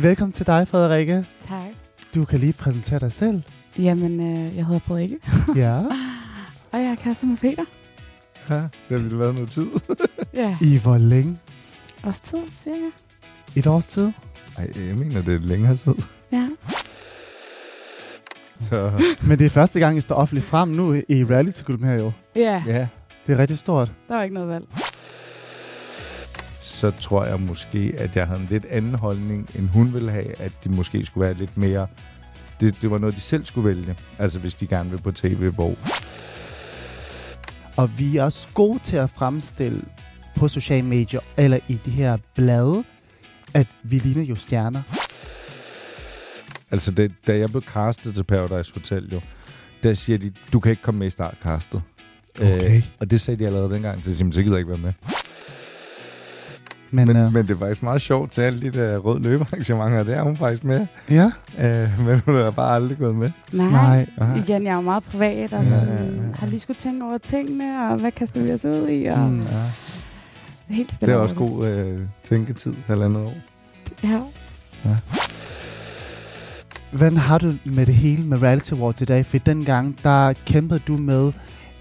Velkommen til dig, Frederikke. Tak. Du kan lige præsentere dig selv. Jamen, øh, jeg hedder Frederikke, Ja. og jeg er kæreste med Peter. Ja, det har vi været noget tid. Ja, I hvor længe? også tid, cirka. Et års tid? Ej, jeg mener, det er længere tid. Ja. Så Men det er første gang, I står offentligt frem nu i realityklubben her jo. Ja, ja, Det er rigtig stort. der var ikke noget valg. så tror jeg måske, at jeg havde en lidt anden holdning, end hun ville have, at de måske skulle være lidt mere... Det, det var noget, de selv skulle vælge. Altså, hvis de gerne vil på tv, hvor... Og vi er også gode til at fremstille på sociale medier eller i de her blade, at vi ligner jo stjerner. Altså, det, da jeg blev castet til Paradise Hotel, jo, der siger de, du kan ikke komme med i startcastet. Øh, Okay. og det sagde de allerede dengang, så jeg siger, så gider jeg ikke være med. Men, Men, men, øh, men det er faktisk meget sjovt til alle de der røde løbearrangementer, der er hun faktisk med. ja, Øh, men hun er bare aldrig gået med. Nej. nej. Aha. Igen, jeg er jo meget privat, og Ja, sådan, ja, ja, ja. har lige skulle tænke over tingene, og hvad kaster vi os ud i, og Mm. mm. Ja. helt Det stille. er og også roligt. god øh, tænketid, halvandet år. Ja. Hvordan har du med det hele med Reality Awards i dag? For dengang, der kæmpede du med,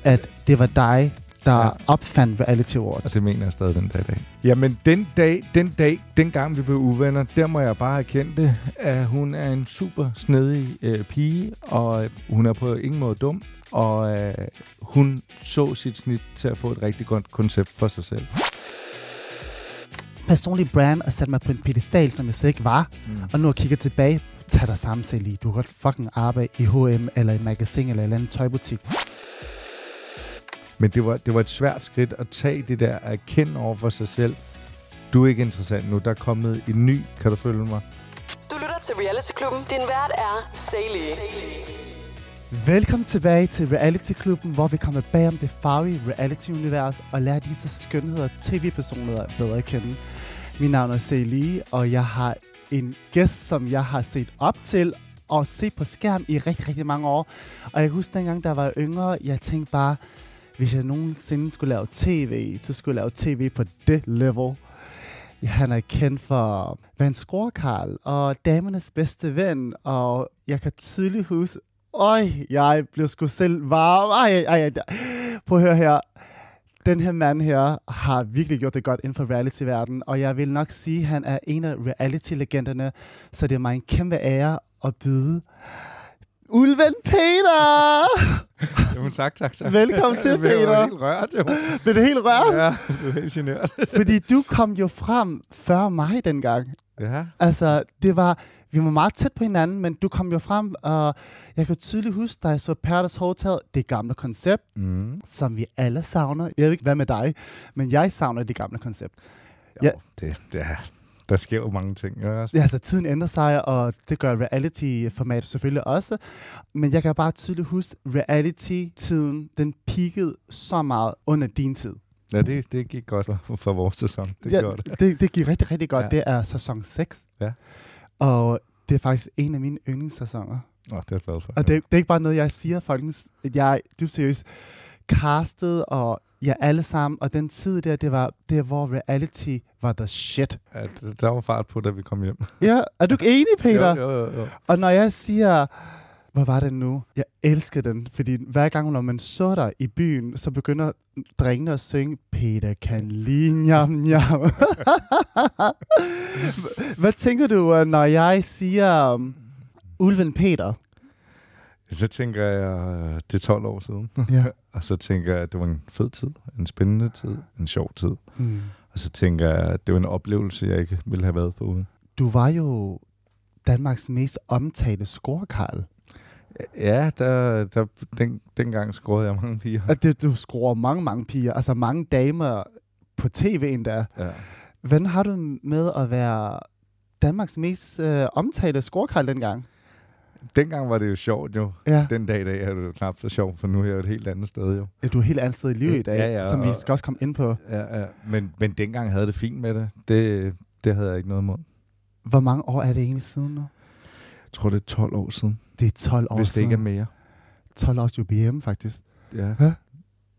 at det var dig, der Ja. ja. opfandt Reality Awards. Og det mener jeg stadig den dag i dag. Jamen, den dag, den dag, den gang vi blev uvenner, der må jeg bare erkende det, at hun er en super snedig øh, pige, og øh, hun er på ingen måde dum, og øh, hun så sit snit til at få et rigtig godt koncept for sig selv. Personlig brand og satte mig på en pedestal, som jeg slet ikke var. Mm. Og nu jeg kigger tilbage, tag dig sammen selv lige. Du kan godt fucking arbejde i H&M eller i magasin eller en eller anden tøjbutik. Men det var, det var et svært skridt at tage det der at erkende over for sig selv. Du er ikke interessant nu, der er kommet en ny, kan du følge mig? Du lytter til Reality Klubben. Din vært er Sally. Velkommen tilbage til Reality Klubben, hvor vi kommer bag om det farlige reality-univers og lærer disse skønheder tv-personligheder bedre at kende. Mit navn er Celie, og jeg har en gæst, som jeg har set op til og set på skærm i rigtig, rigtig mange år. Og jeg kan huske, dengang der var yngre, jeg tænkte bare, hvis jeg nogensinde skulle lave tv, så skulle jeg lave tv på det level. Ja, han er kendt for Van Skorkarl og Damernes bedste ven, og jeg kan tydeligt huske, Øj, jeg blev sgu selv varm. Ej, ej, ej. Prøv at høre her. Den her mand her har virkelig gjort det godt inden for reality-verdenen, og jeg vil nok sige, at han er en af reality-legenderne, så det er mig en kæmpe ære at byde Ulven Peter! Jamen tak, tak, tak. Velkommen til, Jeg blev jo Peter. helt rørt, jo. Blev det helt rørt? Ja, du er helt generet. Fordi du kom jo frem før mig dengang. Ja. Altså, det var, vi var meget tæt på hinanden, men du kom jo frem, og jeg kan tydeligt huske, da jeg så Paradise Hotel, det gamle koncept, Mm. som vi alle savner. Jeg ved ikke, hvad med dig, men jeg savner det gamle koncept. Jo, Ja. ja. det, det er, der sker jo mange ting. Ja, også. Ja, altså, tiden ændrer sig, og det gør reality-formatet selvfølgelig også. Men jeg kan bare tydeligt huske, reality-tiden, den peakede så meget under din tid. ja det, det gik godt for, for vores sæson. Det ja. ja, gjorde det. det. Det gik rigtig, rigtig godt. Ja. Ja. Det er sæson 6. Ja. Og det er faktisk en af mine yndlingssæsoner. Nå, det er jeg glad for. Og det, det er ikke bare noget, jeg siger, folkens. Jeg er dybt seriøst castet, og jeg alle sammen. Og den tid der, det var der, hvor reality var the shit. Ja, det- der var fart på, da vi kom hjem. Ja, er du ikke enig, Peter? Jo, jo, jo, jo. Og når jeg siger, hvor var det nu? Jeg elsker den, fordi hver gang, når man så dig i byen, så begynder drengene at synge, Peter kan lige njam, njam. Hvad tænker du, øh, når jeg siger um, Ulven Peter? Så tænker jeg, øh, det er 12 år siden. Ja. Og så tænker jeg, at det var en fed tid, en spændende tid, en sjov tid. Mm. Og så tænker jeg, at det var en oplevelse, jeg ikke ville have været foruden. Du var jo Danmarks mest omtalte scorekarl. Ja, der, der, den, dengang scorede jeg mange piger. Og det, du scorer mange, mange piger, altså mange damer på tv endda. Ja. Hvordan har du med at være Danmarks mest øh, omtalte scorekald dengang? Dengang var det jo sjovt jo. Ja. Den dag i dag er det jo knap så sjovt, for nu er jeg jo et helt andet sted jo. Du er helt andet sted i livet i dag, ja, Ja, ja, ja, som vi og- skal også komme ind på. Ja, ja. Men, men dengang havde det fint med det. det. Det havde jeg ikke noget imod. Hvor mange år er det egentlig siden nu? Jeg tror, det er 12 år siden, Det er 12 år år hvis det siden. ikke er mere. 12 års jubilæum, faktisk. Ja. Er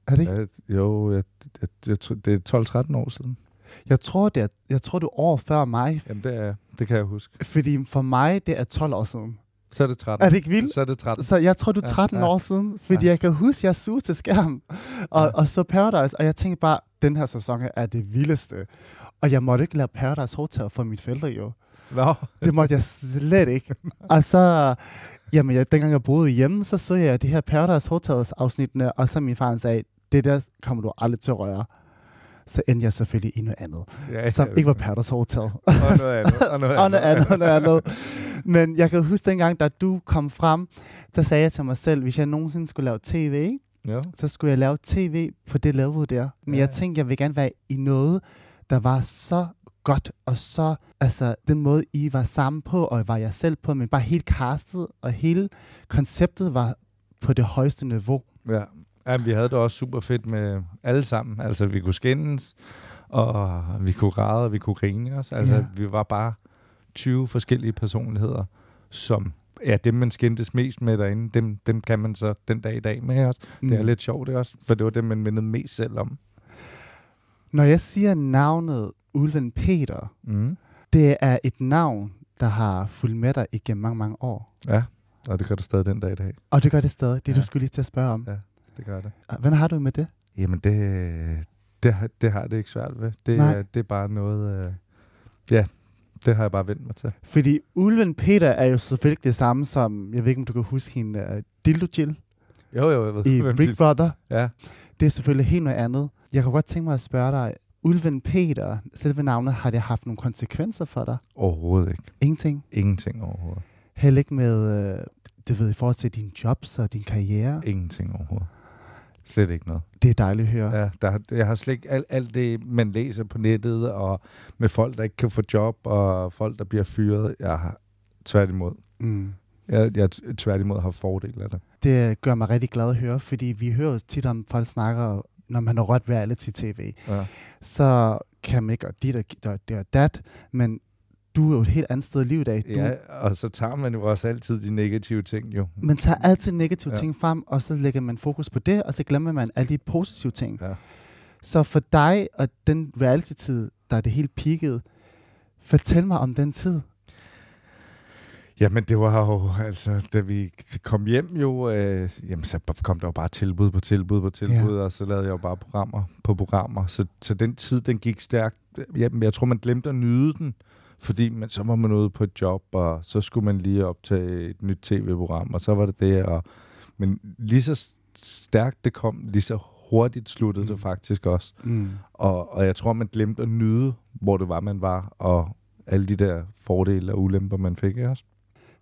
det ikke? Ja, jo, jeg, jeg, jeg, tror- det er 12-13 år siden. Jeg tror, det er, jeg tror, du er år før mig, Jamen, det, er, det kan jeg huske. fordi for mig, det er 12 år siden. Så er det 13. Er det ikke vildt? Så er det 13. Så jeg tror, du er Ja, 13 ja. år siden, fordi jeg kan huske, jeg suger til skærm og, Ja. og så Paradise, og jeg tænkte bare, den her sæson er det vildeste. Og jeg måtte ikke lave Paradise Hotel for mit forældre jo. Nå. Det måtte jeg slet ikke. Og så, jamen jeg, dengang jeg boede hjemme, så så jeg de her Paradise Hotels afsnittene, og så min far han sagde, det der kommer du aldrig til at røre. Så endte jeg selvfølgelig i noget andet, Ja, som jeg ikke var ved. Paradise Hotel. Og noget andet. Og noget og noget andet. andet, og noget andet. Men jeg kan huske dengang, da du kom frem, der sagde jeg til mig selv, hvis jeg nogensinde skulle lave tv, Ja. så skulle jeg lave tv på det level der. Men Ja. jeg tænkte, jeg vil gerne være i noget, der var så godt, og så, altså, den måde, I var sammen på, og var jeg selv på, men bare helt castet, og hele konceptet var på det højeste niveau. Ja. Jamen, vi havde det også super fedt med alle sammen. Altså, vi kunne skændes, og vi kunne græde, og vi kunne grine os. Altså, Ja. ja. vi var bare 20 forskellige personligheder, som... Ja, dem man skændtes mest med derinde, dem, dem kan man så den dag i dag med os. Mm. Det er lidt sjovt det også, for det var dem, man mindede mest selv om. Når jeg siger navnet Ulven Peter, Mm. det er et navn, der har fulgt med dig igennem mange, mange år. Ja, og det gør det stadig den dag i dag. Og det gør det stadig. Det ja. du Ja. skulle lige til at spørge om. Ah, Det gør det. Hvordan har du det med det? Jamen, det, det, har- det har jeg det ikke svært ved. Det, Nej. er, det er bare noget... Øh, ja, det har jeg bare vendt mig til. Fordi Ulven Peter er jo selvfølgelig det samme som, jeg ved ikke, om du kan huske hende, øh, Dildo Jill Jo, jo, jeg ved. i hvem Big de- Brother. Ja. Det er selvfølgelig helt noget andet. Jeg kunne godt tænke mig at spørge dig, Ulven Peter, selve navnet, har det haft nogle konsekvenser for dig? Overhovedet ikke. Ingenting. Ingenting overhovedet. Heller ikke med, øh, du ved, i forhold til dine jobs og din karriere. Ingenting overhovedet. Slet ikke noget. Det er dejligt at høre. Ja. Ja, der, jeg har slet ikke alt, alt det, man læser på nettet, og med folk, der ikke kan få job, og folk, der bliver fyret. Jeg har tværtimod. Mm. Jeg, jeg tværtimod har fordel af det. Det gør mig rigtig glad at høre, fordi vi hører jo tit om, folk snakker, når man har rødt reality-tv. Ja. så kan man ikke gøre dit og gøre det og dat, men du er jo et helt andet sted i livet i dag. Du, ja, og så tager man jo også altid de negative ting, jo. Man tager altid negative ja. Ja. ting frem, og så lægger man fokus på det, og så glemmer man alle de positive ting. Ja. Så for dig og den reality-tid, der er det helt peaked, fortæl mig om den tid. Jamen, det var jo, altså, da vi kom hjem jo, øh, jamen, så kom der jo bare tilbud på tilbud på tilbud, ja. og så lavede jeg jo bare programmer på programmer. Så, så den tid, den gik stærkt. Jamen, jeg tror, man glemte at nyde den, fordi man, så var man ude på et job, og så skulle man lige op til et nyt tv-program, og så var det det, og... Men lige så s- stærkt det kom, lige så hurtigt sluttede Mm. det faktisk også. Mm. Og, og jeg tror, man glemte at nyde, hvor det var, man var, og alle de der fordele og ulemper, man fik ikke også.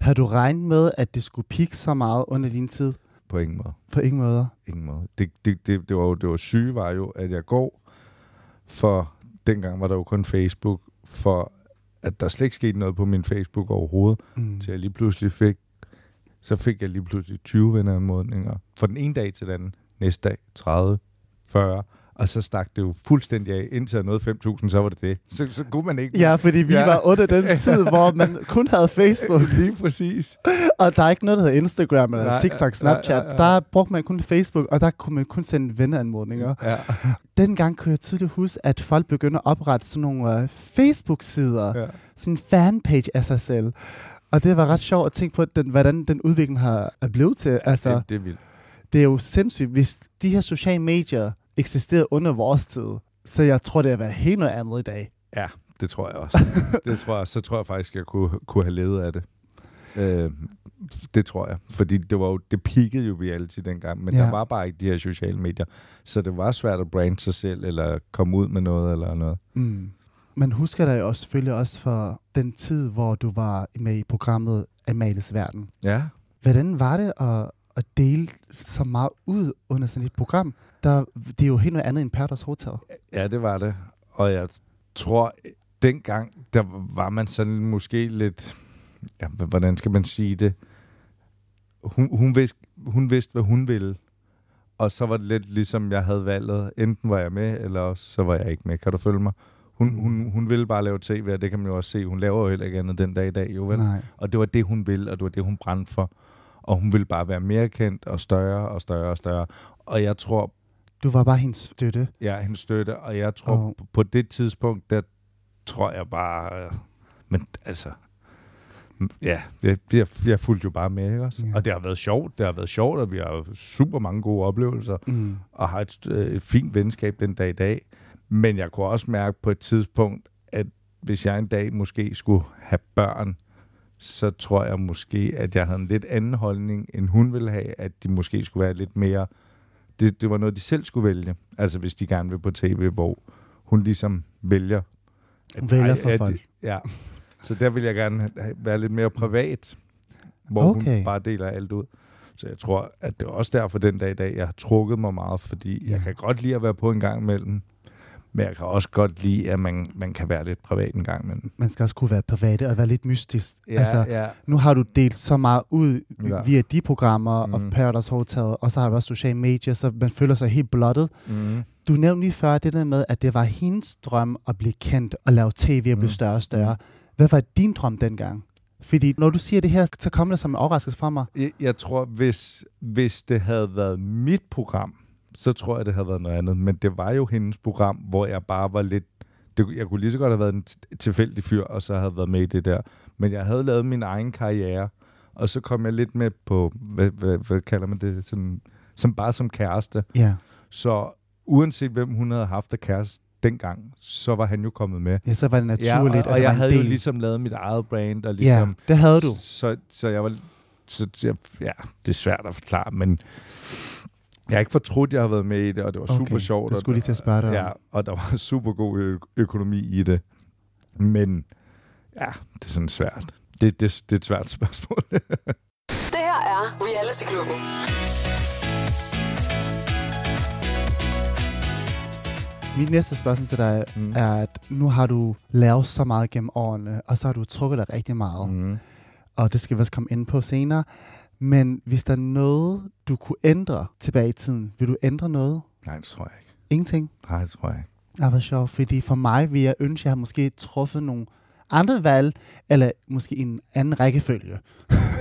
Har du regnet med, at det skulle peak så meget under din tid? På ingen måde. På ingen måde. Ingen måde. Det, det, det, det, var jo, det var syge var jo, at jeg går for, dengang var der jo kun Facebook, for at der slet ikke skete noget på min Facebook overhovedet, Mm. til jeg lige pludselig fik, så fik jeg lige pludselig 20 venneranmodninger. Fra den ene dag til den anden, næste dag 30, 40, og så stak det jo fuldstændig af, indtil jeg nåede 5.000, så var det det. Så, så kunne man ikke... Ja, fordi vi ja. Ja. var under den tid, hvor man kun havde Facebook. Lige præcis. Og der er ikke noget, der hedder Instagram eller Nej, TikTok, nej, Snapchat. nej, nej. Der brugte man kun Facebook, og der kunne man kun sende venneanmodninger. Ja. Dengang kunne jeg tydeligt huske, at folk begyndte at oprette sådan nogle øh, Facebook-sider, ja. ja. sådan en fanpage af sig selv. Og det var ret sjovt at tænke på, den, hvordan den udvikling har er blevet til. Altså, Det, det er vildt. det er jo sindssygt, hvis de her sociale medier eksisterede under vores tid. Så jeg tror, det har været helt noget andet i dag. Ja, det tror jeg også. det tror jeg, så tror jeg faktisk, jeg kunne, kunne have levet af det. Øh, det tror jeg. Fordi det, var jo, det peakede jo reality dengang, men Ja. ja. der var bare ikke de her sociale medier. Så det var svært at brande sig selv, eller komme ud med noget, eller noget. Mm. Man husker dig jo også, selvfølgelig også for den tid, hvor du var med i programmet Amalies Verden. Ja. Hvordan var det at, at dele så meget ud under sådan et program? Der, det er jo helt noget andet end Paradise Hotel. Ja, det var det. Og jeg tror, dengang, der var man sådan måske lidt... Ja, h- hvordan skal man sige det? Hun, hun, vidste, hun vidste, hvad hun ville. Og så var det lidt ligesom, jeg havde valget. Enten var jeg med, eller også så var jeg ikke med. Kan du følge mig? Hun, hun, hun ville bare lave tv, og det kan man jo også se. Hun laver jo heller ikke andet den dag i dag, jo vel? Nej. Og det var det, hun ville, og det var det, hun brændte for. Og hun ville bare være mere kendt og større og større og større. Og jeg tror, Du var bare hendes støtte. Jeg er hendes støtte, og jeg tror Og- oh. på det tidspunkt, der tror jeg bare... øh, Men altså... m- Ja, jeg, jeg, jeg fulgte jo bare med, ikke også? Ja. Og det har været sjovt, det har været sjovt, og vi har jo super mange gode oplevelser, Mm. og har et, st- øh, et fint venskab den dag i dag. Men jeg kunne også mærke på et tidspunkt, at hvis jeg en dag måske skulle have børn, så tror jeg måske, at jeg havde en lidt anden holdning, end hun ville have, at de måske skulle være lidt mere... Det, det var noget, de selv skulle vælge. Altså hvis de gerne vil på tv, hvor hun ligesom vælger... Hun vælger "Ej, for at- folk." Ja. Så der vil jeg gerne have- have- være lidt mere privat, hvor okay. Okay. hun bare deler alt ud. Så jeg tror, at det er også derfor den dag i dag, jeg har trukket mig meget, fordi ja. Ja. jeg kan godt lide at være på en gang imellem, men jeg kan også godt lide, at man, man kan være lidt privat en gang imellem. Man skal også kunne være private og være lidt mystisk. Ja, altså, ja. nu har du delt så meget ud Ja. ja. via de programmer mm. og Mm. Paradise Hotel, og så har du også social media, så man føler sig helt blottet. Mm. Du nævnte lige før det der med, at det var hendes drøm at blive kendt og lave tv og blive Mm. større og større. Hvad var din drøm dengang? Fordi når du siger det her, så kommer det som en overraskelse fra mig. Jeg, jeg tror, hvis, hvis det havde været mit program, så tror jeg, det havde været noget andet. Men det var jo hendes program, hvor jeg bare var lidt... Det, jeg kunne lige så godt have været en t- tilfældig fyr, og så havde været med i det der. Men jeg havde lavet min egen karriere, og så kom jeg lidt med på... Hvad, hvad, hvad kalder man det? Sådan, som bare som kæreste. Ja, Så uanset hvem hun havde haft af kæreste dengang, så var han jo kommet med. ja så var det naturligt, ja, og, at og der jeg var en havde del. jo ligesom lavet mit eget brand, og ja, ligesom... det havde du. Så, så jeg var... Så, jeg, ja, det er svært at forklare, men jeg har ikke fortrudt, at jeg har været med i det, og det var Okay, super sjovt. det og skulle lige til at spørge dig om. Ja, og der var super god ø- økonomi i det. Men ja, det er sådan svært. Det, det, det er et svært spørgsmål. Det her er Reality Klubben. Mit næste spørgsmål til dig Mm. mm. er, at nu har du lavet så meget gennem årene, og så har du trukket dig rigtig meget. Mm. mm. Og det skal vi også komme ind på senere. Men hvis der er noget, du kunne ændre tilbage i tiden, vil du ændre noget? Nej, det tror jeg ikke. Ingenting? Nej, det tror jeg ikke. Ah, hvor sjovt, fordi for mig ville jeg ønske, at jeg havde måske truffet nogle andre valg, eller måske i en anden rækkefølge.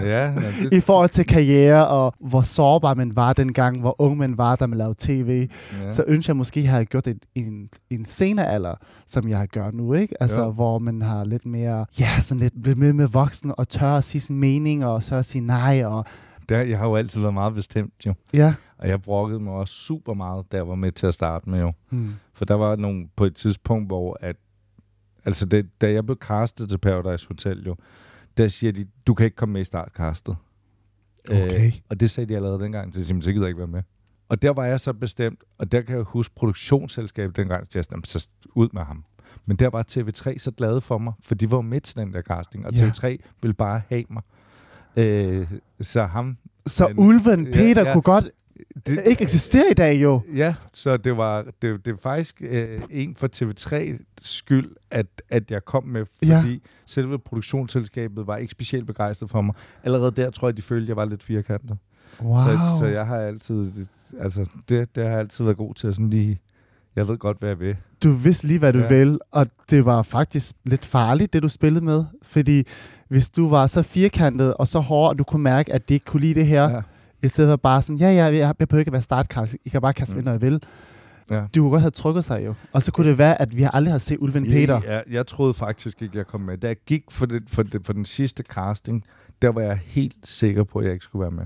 Ja, ja, I det, forhold til karriere, og hvor sårbar man var dengang, hvor ung man var, da man lavede tv. ja. Ja. så ønsker jeg måske, at jeg havde gjort det i en, i en senere alder, som jeg har gjort nu, ikke? Altså, Jo. ja. hvor man har lidt mere, ja, sådan lidt, lidt mere med voksen, og tør at sige sin mening, og tør at sige nej, og Der, jeg har jo altid været meget bestemt, jo. ja. Og jeg brokkede mig også super meget, da jeg var med til at starte med, jo. Hmm. For der var nogle, på et tidspunkt, hvor at, altså det, da jeg blev castet til Paradise Hotel jo, der siger de, du kan ikke komme med i startkastet. Okay. og det sagde de allerede dengang, så simpelthen, så gider jeg ikke være med. Og der var jeg så bestemt, og der kan jeg huske produktionsselskabet dengang, så jeg sådan, "Jamen, så ud med ham. Men der var TV3 så glade for mig, for de var med til den der casting, og Ja. TV3 ville bare have mig. Øh, så ham... Så Men- ulven ja, Peter ja. kunne godt Det, ikke eksistere i dag, jo. Ja, så det var det, det er faktisk øh, en for TV3 skyld, at, at jeg kom med, fordi Ja. selve produktionsselskabet var ikke specielt begejstret for mig. Allerede der tror jeg, de følte, at jeg var lidt firkantet. Wow. Så, så jeg har altid, altså det, det har jeg altid været god til at sådan lige, jeg ved godt, hvad jeg vil. Du vidste lige, hvad du Ja. ja. vil, og det var faktisk lidt farligt, det du spillede med, fordi hvis du var så firkantet og så hård, og du kunne mærke, at de ikke kunne lide det her, Ja. I stedet for bare sådan, ja, ja, jeg, jeg behøver ikke at være startkast. I kan bare kaste mig ind, når jeg vil. Mm. Ja. Du kunne godt have trykket sig jo. Og så kunne det være, at vi aldrig har set Ulven Peter. Jeg, jeg, jeg troede faktisk ikke, jeg kom med. Da jeg gik for, det, for, det, for den sidste casting, der var jeg helt sikker på, at jeg ikke skulle være med.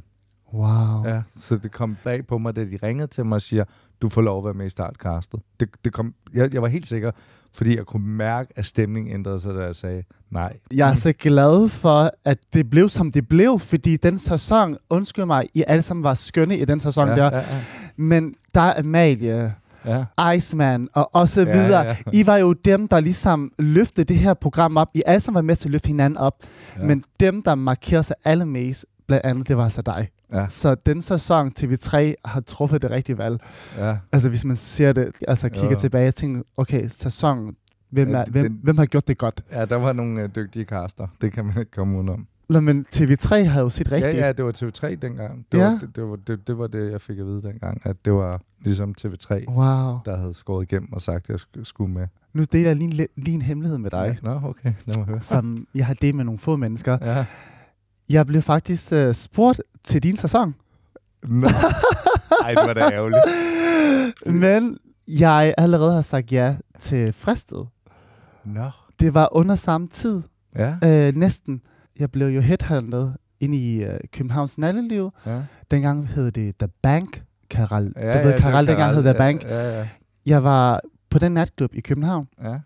Wow. Ja, så det kom bag på mig, da de ringede til mig og siger, du får lov at være med i startkastet. Det, det kom, jeg, jeg var helt sikker, fordi jeg kunne mærke, at stemningen ændrede sig, da jeg sagde nej. Jeg er så glad for, at det blev, som det blev, fordi den sæson, undskyld mig, I alle sammen var skønne i den sæson ja, der, ja, ja, men der er Amalie, ja. Iceman og, og så Ja, videre. ja. Ja, ja. I var jo dem, der ligesom løftede det her program op. I alle sammen var med til at løfte hinanden op, Ja. ja. men dem, der markerede sig allermest, blandt andet, det var altså dig. Ja. Så den sæson TV3 har truffet det rigtige valg. ja. Altså hvis man ser det, altså kigger Ja. ja. tilbage og tænker, okay, sæsonen, hvem, Ja, er, det- hvem, den- hvem har gjort det godt? Ja, der var nogle øh, dygtige kaster. Det kan man ikke komme udenom. Nå, men TV3 havde jo sit rigtigt. Ja, ja, det var TV3 dengang. Det, Ja. var, det, det, var, det, det var det, jeg fik at vide dengang, at det var ligesom TV3, Wow. der havde skåret igennem og sagt, at jeg sk- skulle med. Nu deler jeg lige, en li- lige en hemmelighed med dig, Nå, okay. Lad mig høre. som jeg har delt med nogle få mennesker. Ja. Jeg blev øh, faktisk uh, spurgt til din sæson. Nå. Ej, det var da ærgerligt. Men jeg allerede har sagt ja til fristet. Nå. Det var under samme tid, Ja, øh, næsten. Jeg blev jo headhunted ind i øh, Københavns natteliv. ja. Dengang hed det The Bank, Karal. Ja, Ja, du ved, ja, Karal det er dengang hed The Karel. Bank. Ja, ja, Jeg var på den natklub i København. ja.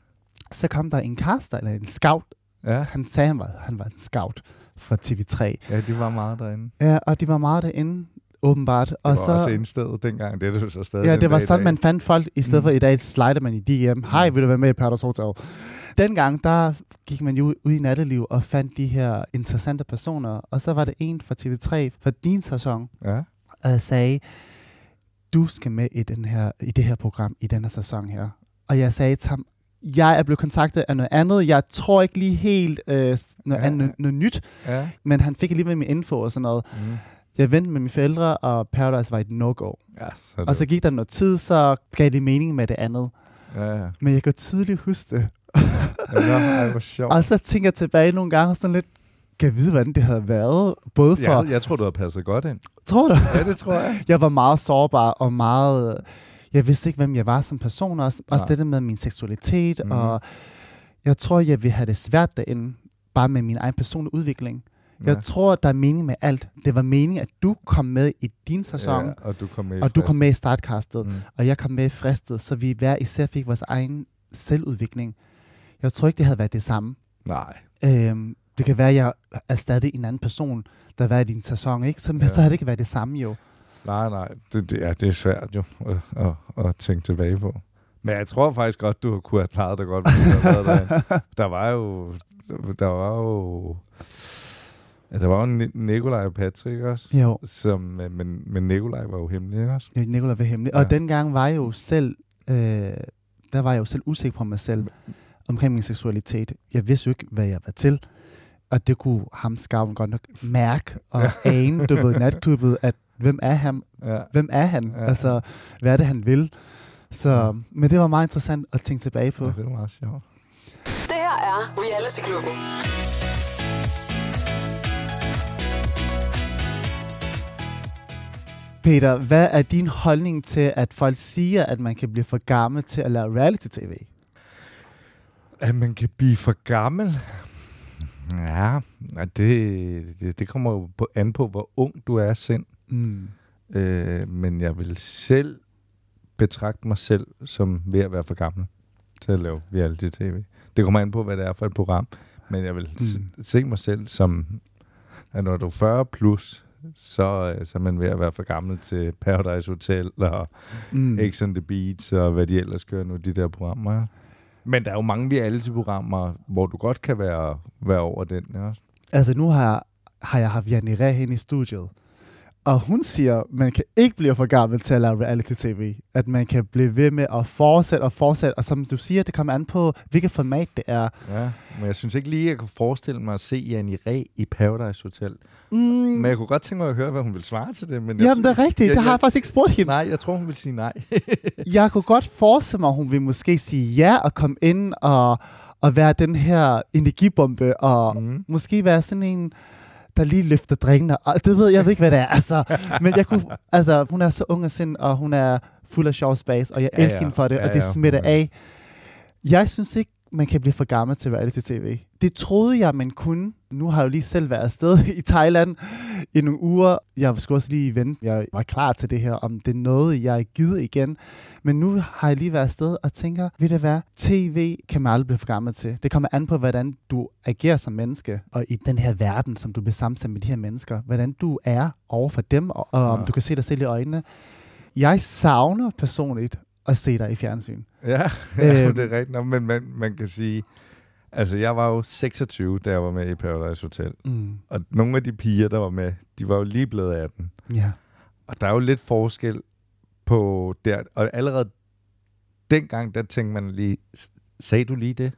Så kom der en kaster, eller en scout. Ja, Han sagde, han var, han var en scout for TV3. ja de var meget derinde. Ja, og de var meget derinde, åbenbart. Det og var så, også indstedet dengang. Det er det jo så stadig ja, den det var dag i sådan, dag. man fandt folk. I stedet Mm. for i dag, slider man i DM. Hej, vil du være med i Paradise Hotel? Dengang, der gik man jo ud i natteliv og fandt de her interessante personer. Og så var det en fra TV3 fra din sæson, Ja. og sagde, du skal med i, den her, i det her program i denne sæson her. Og jeg sagde til ham, jeg er blevet kontaktet af noget andet. Jeg tror ikke lige helt øh, s- noget, Ja, ja, andet, ja. noget nyt, Ja. men han fik alligevel min info og sådan noget. Mm. Jeg ventede med mine forældre, og Paradise var et no-go. ja så er Og det- så gik der noget tid, så gav det mening med det andet. Ja, ja. Men jeg kan tydeligt huske det. Ja, Nå, ej, hvor sjovt. Og så tænker jeg tilbage nogle gange sådan lidt, kan jeg vide, hvordan det havde været? Både for, Jeg, jeg tror, du har passet godt ind. tror du? Ja, det tror jeg. Jeg var meget sårbar og meget... Jeg vidste ikke, hvem jeg var som person. Også, også Nej. det der med min seksualitet. Mhm. Mm. Og jeg tror, jeg vil have det svært derinde. Bare med min egen personlige udvikling. Ja. Jeg tror, der er mening med alt. Det var meningen, at du kom med i din sæson. Ja. Ja, og du kom med i Og du kom fristen. med i startkastet. Mm. og jeg kom med i fristet, så vi hver især fik vores egen selvudvikling. Jeg tror ikke, det havde været det samme. Nej. Øhm, det kan være, at jeg erstattede en anden person, der var i din sæson, ikke? Så, Ja. ja. så havde det ikke været det samme jo. Nej, nej. Det, det, ja, det er svært jo at, at, at tænke tilbage på. Men jeg tror faktisk godt, du kunne have klaret dig godt. Hvis du havde været derinde. der var jo... Der var jo... Ja, der var jo Ni- Nikolaj og Patrick også. Jo, Som, øh, men, men Nikolaj var jo hemmelig, ikke også? Nicolai var hemmelig. Ja. Ja. Og dengang var jeg jo selv, øh, der var jeg jo selv usikker på mig selv omkring min seksualitet. Jeg vidste jo ikke, hvad jeg var til. Og det kunne ham skavlen godt nok mærke og ane, du ved, i natklubbet, at hvem er ham, Ja. hvem er han? Ja. Ja. Altså, hvad er det, han vil? Så, Ja. ja. Men det var meget interessant at tænke tilbage på. ja det var meget sjovt. Det her er Reality Klubben. Peter, hvad er din holdning til, at folk siger, at man kan blive for gammel til at lave reality-tv? At man kan blive for gammel? Ja, nej, det, det, det kommer jo på, an på, hvor ung du er sind. Mm. Øh, men jeg vil selv betragte mig selv som ved at være for gammel til at lave reality-tv. Det kommer an på, hvad det er for et program. Men jeg vil mm. Mm. se mig selv som, at når du er 40 plus, så, øh, så er man ved at være for gammel til Paradise Hotel og Mm. X on the Beach og hvad de ellers kører nu, de der programmer. Men der er jo mange reality-programmer, hvor du godt kan være, være over den. Ja. Altså, nu har, har jeg haft Janne Ræ hen i studiet, og hun siger, at man kan ikke blive for gammel til at lave reality-tv. At man kan blive ved med at fortsætte og fortsætte, og som du siger, det kommer an på, hvilket format det er. Ja. Men jeg synes ikke lige, jeg kunne forestille mig at se Janne Ræ i Paradise Hotel. Mm. Men jeg kunne godt tænke mig at høre, hvad hun vil svare til det. Men jeg Jamen, det er rigtigt. Ja, Det har ja. jeg faktisk ikke spurgt hende. Nej, jeg tror, hun vil sige nej. jeg kunne godt forestille mig, at hun ville måske sige ja og komme ind og, og være den her energibombe, og Mhm. mm. måske være sådan en, der lige løfter drengene. Og det ved jeg, jeg ved ikke, hvad det er. Altså, men jeg kunne, altså, hun er så ung af sind, og hun er fuld af sjov space, og jeg Ja, ja, elsker ja. hende for det, Ja, ja, og det ja, Mhm. smitter hun er- af. Jeg synes ikke, man kan blive for gammel til reality-tv. Det troede jeg, man kunne. Nu har jeg jo lige selv været afsted i Thailand i nogle uger. Jeg skulle også lige vente. Jeg var klar til det her, om det er noget, jeg gider igen. Men nu har jeg lige været afsted og tænker, ved det være, tv kan man aldrig blive for gammel til. Det kommer an på, hvordan du agerer som menneske, og i den her verden, som du bliver sammensat med de her mennesker, hvordan du er over for dem, og, og om Ja. du kan se dig selv i øjnene. Jeg savner personligt at se dig i fjernsyn. ja, ja Øhm. det er rigtigt. Nå, men man, man kan sige... Altså, jeg var jo 26, da jeg var med i Paradise Hotel. Mm. Og nogle af de piger, der var med, de var jo lige blevet 18. Ja. Og der er jo lidt forskel på der. Og allerede dengang, der tænkte man lige, "S- sagde du lige det?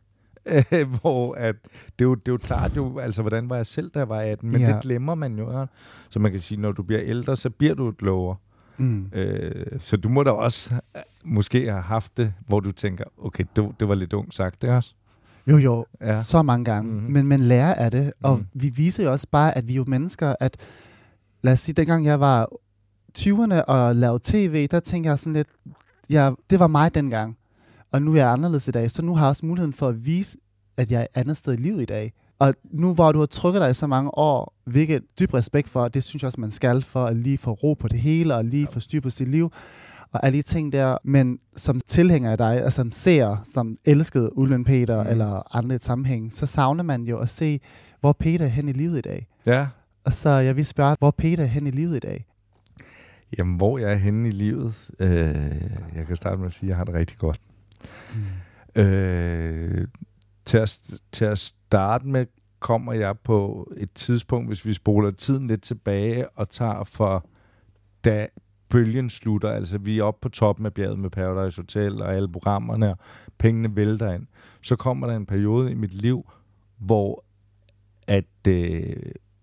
Øh, Hvor at, det, er jo, det er jo klart, jo, altså, hvordan var jeg selv, da jeg var 18, men ja. Ja. det glemmer man jo. ikke? Så man kan sige, når du bliver ældre, så bliver du et lover. Mm. Øh, så du må da også øh, måske have haft det, hvor du tænker, okay, det, det var lidt ungt sagt, det også. Jo, jo, Ja. ja. så mange gange. Mhm. Mm-hmm. Men man lærer af det, og Mhm. mm. vi viser jo også bare, at vi er jo mennesker, at lad os sige, dengang jeg var 20'erne og lavede tv, der tænker jeg sådan lidt, ja, det var mig dengang, og nu er jeg anderledes i dag, så nu har jeg også muligheden for at vise, at jeg er et andet sted i livet i dag. Og nu hvor du har trykket dig i så mange år, hvilket dyb respekt for, det synes jeg også, man skal for at lige få ro på det hele, og lige få styr på sit liv, og alle de ting der. Men som tilhænger af dig, og som ser, som elskede Ulven Peter Mm. mm. eller andre i et sammenhæng, så savner man jo at se, hvor Peter er hen i livet i dag. Ja. Og så jeg vil spørge, hvor Peter er hen i livet i dag? Jamen, hvor jeg er henne i livet? Øh, jeg kan starte med at sige, at jeg har det rigtig godt. Mm. Øh, til, at, st- til at starte med kommer jeg på et tidspunkt, hvis vi spoler tiden lidt tilbage og tager for, da bølgen slutter. Altså, vi er oppe på toppen af bjerget med Paradise Hotel og alle programmerne, og pengene vælter ind. Så kommer der en periode i mit liv, hvor, at, øh,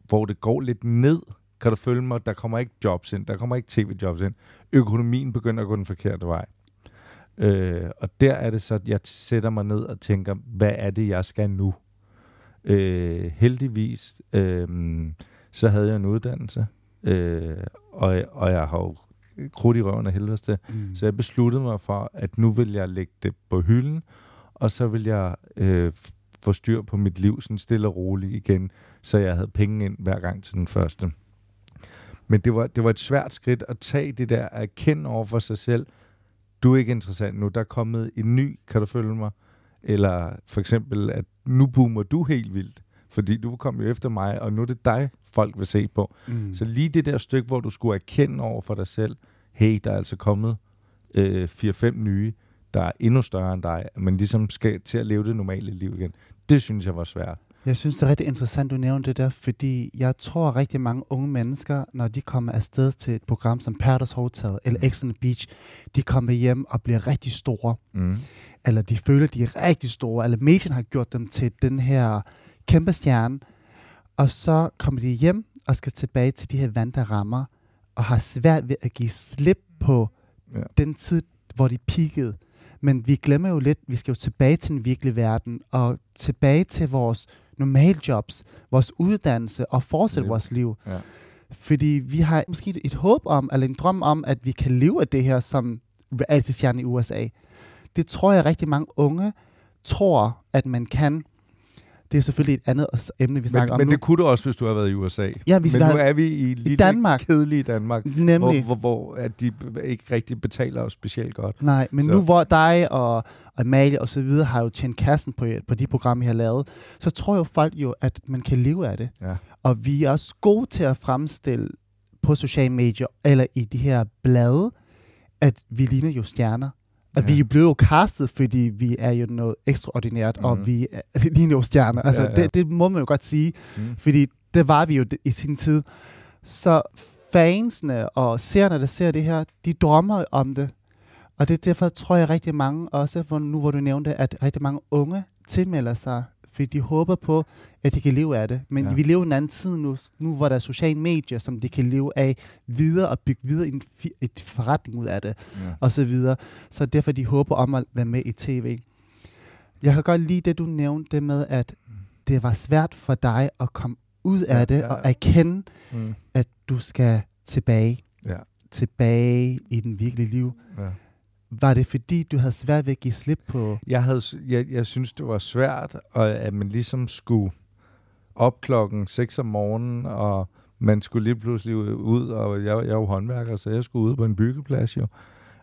hvor det går lidt ned. Kan du følge mig? Der kommer ikke jobs ind. Der kommer ikke tv-jobs ind. Økonomien begynder at gå den forkerte vej. Øh, og der er det så, at jeg sætter mig ned og tænker, hvad er det, jeg skal nu? Øh, heldigvis, øh, så havde jeg en uddannelse, øh, og, og jeg har jo krudt i røven af helvedes til. Mm. Så jeg besluttede mig for, at nu vil jeg lægge det på hylden, og så vil jeg øh, f- få styr på mit liv sådan stille og roligt igen, så jeg havde penge ind hver gang til den første. Men det var, det var et svært skridt at tage det der at erkende over for sig selv, du er ikke interessant nu, der er kommet en ny, kan du følge mig? Eller for eksempel, at nu boomer du helt vildt, fordi du kom jo efter mig, og nu er det dig, folk vil se på. Mm. Så lige det der stykke, hvor du skulle erkende over for dig selv, hey, der er altså kommet øh, 4-5 nye, der er endnu større end dig, men ligesom skal til at leve det normale liv igen. Det synes jeg var svært. Jeg synes, det er rigtig interessant, du nævner det der, fordi jeg tror, at rigtig mange unge mennesker, når de kommer afsted til et program som Paradise Hotel eller X on the Beach, de kommer hjem og bliver rigtig store, Mm. eller de føler, de er rigtig store, eller medierne har gjort dem til den her kæmpe stjerne, og så kommer de hjem og skal tilbage til de her vand, der rammer, og har svært ved at give slip på Ja. ja. den tid, hvor de peakede. Men vi glemmer jo lidt, vi skal jo tilbage til den virkelige verden, og tilbage til vores normale jobs, vores uddannelse, og fortsætte Nemlig. vores liv. Ja. Fordi vi har måske et håb om, eller en drøm om, at vi kan leve af det her som reality-stjerne i USA. Det tror jeg rigtig mange unge tror, at man kan. Det er selvfølgelig et andet os- emne, vi snakker Men, om men nu. det kunne du også, hvis du havde været i USA. Ja, vi men nu snakker- er vi i, lille, Danmark. kedelige Danmark, Nemlig. hvor, hvor, hvor at de ikke rigtig betaler os specielt godt. Nej, men Så- så. nu hvor dig og Amalie og så videre har jo tjent kassen på, på de programmer, I har lavet, så tror jo folk jo, at man kan leve af det. Ja. Og vi er også gode til at fremstille på sociale medier eller i de her blade, at vi ligner jo stjerner. Og Ja. ja. vi blev jo castet, fordi vi er jo noget ekstraordinært, mm. Mhm. og vi er, ligner jo stjerner. Altså, Ja, ja, ja. ja. Det, det må man jo godt sige. Mm. Fordi det var vi jo i sin tid. Så fansene og seerne, der ser det her, de drømmer om det. Og det er derfor, tror jeg, rigtig mange, også for nu hvor du nævnte, at rigtig mange unge tilmelder sig, fordi de håber på, at de kan leve af det. Men Ja. ja. vi lever i en anden tid nu, nu hvor der er sociale medier, som de kan leve af videre og bygge videre en fi- et forretning ud af det Ja. og så videre. Så derfor de håber om at være med i tv. Jeg kan godt lide det, du nævnte, det med, at det var svært for dig at komme ud af Ja, det ja, og ja. erkende, Mm. at du skal tilbage. Ja. Tilbage i den virkelige liv. Ja. Var det fordi, du havde svært ved at give slip på... Jeg, havde, jeg, jeg synes, det var svært, og at man ligesom skulle op klokken 6 om morgenen, og man skulle lige pludselig ud, og jeg, jeg er jo håndværker, så jeg skulle ud på en byggeplads jo.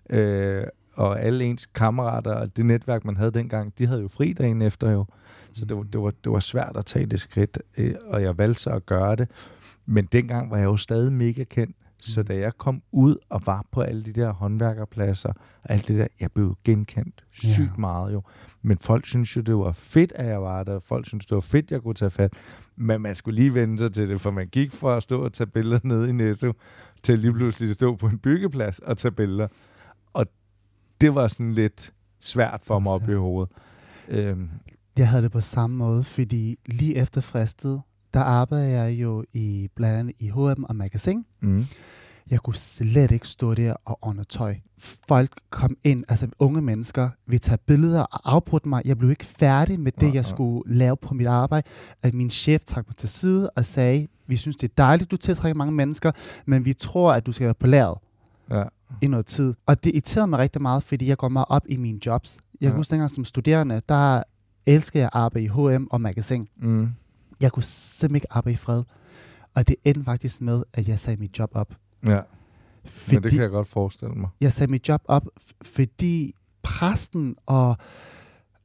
Øh, og alle ens kammerater og det netværk, man havde dengang, de havde jo fri dagen efter jo. Så det var, det var, det var svært at tage det skridt, øh, og jeg valgte så at gøre det. Men dengang var jeg jo stadig mega kendt, så da jeg kom ud og var på alle de der håndværkerpladser, og alt det der, jeg blev jo genkendt sygt Ja. meget jo. Men folk synes jo, det var fedt, at jeg var der. Folk synes, det var fedt, jeg kunne tage fat. Men man skulle lige vende sig til det, for man gik fra at stå og tage billeder nede i Netto, til lige pludselig at stå på en byggeplads og tage billeder. Og det var sådan lidt svært for mig Altså. op i hovedet. Øhm, Jeg havde det på samme måde, fordi lige efter fristet, der arbejdede jeg jo i blandt andet i H&M og Magasin. mm. Jeg kunne slet ikke stå der og ånde tøj. Folk kom ind, altså unge mennesker, ville tage billeder og afbrudte mig. Jeg blev ikke færdig med det, Nej, jeg nej. skulle lave på mit arbejde. At min chef trak mig til side og sagde, vi synes, det er dejligt, du tiltrækker mange mennesker, men vi tror, at du skal være på lageret Ja. i noget tid. Og det irriterede mig rigtig meget, fordi jeg går meget op i mine jobs. Jeg Ja. ja. husker dengang som studerende, der elskede jeg at arbejde i H&M og magasin. Mm. Jeg kunne simpelthen ikke arbejde i fred. Og det endte faktisk med, at jeg sagde mit job op. ja. Fordi Men det kan jeg godt forestille mig. jeg sagde mit job op, f- fordi præsten og,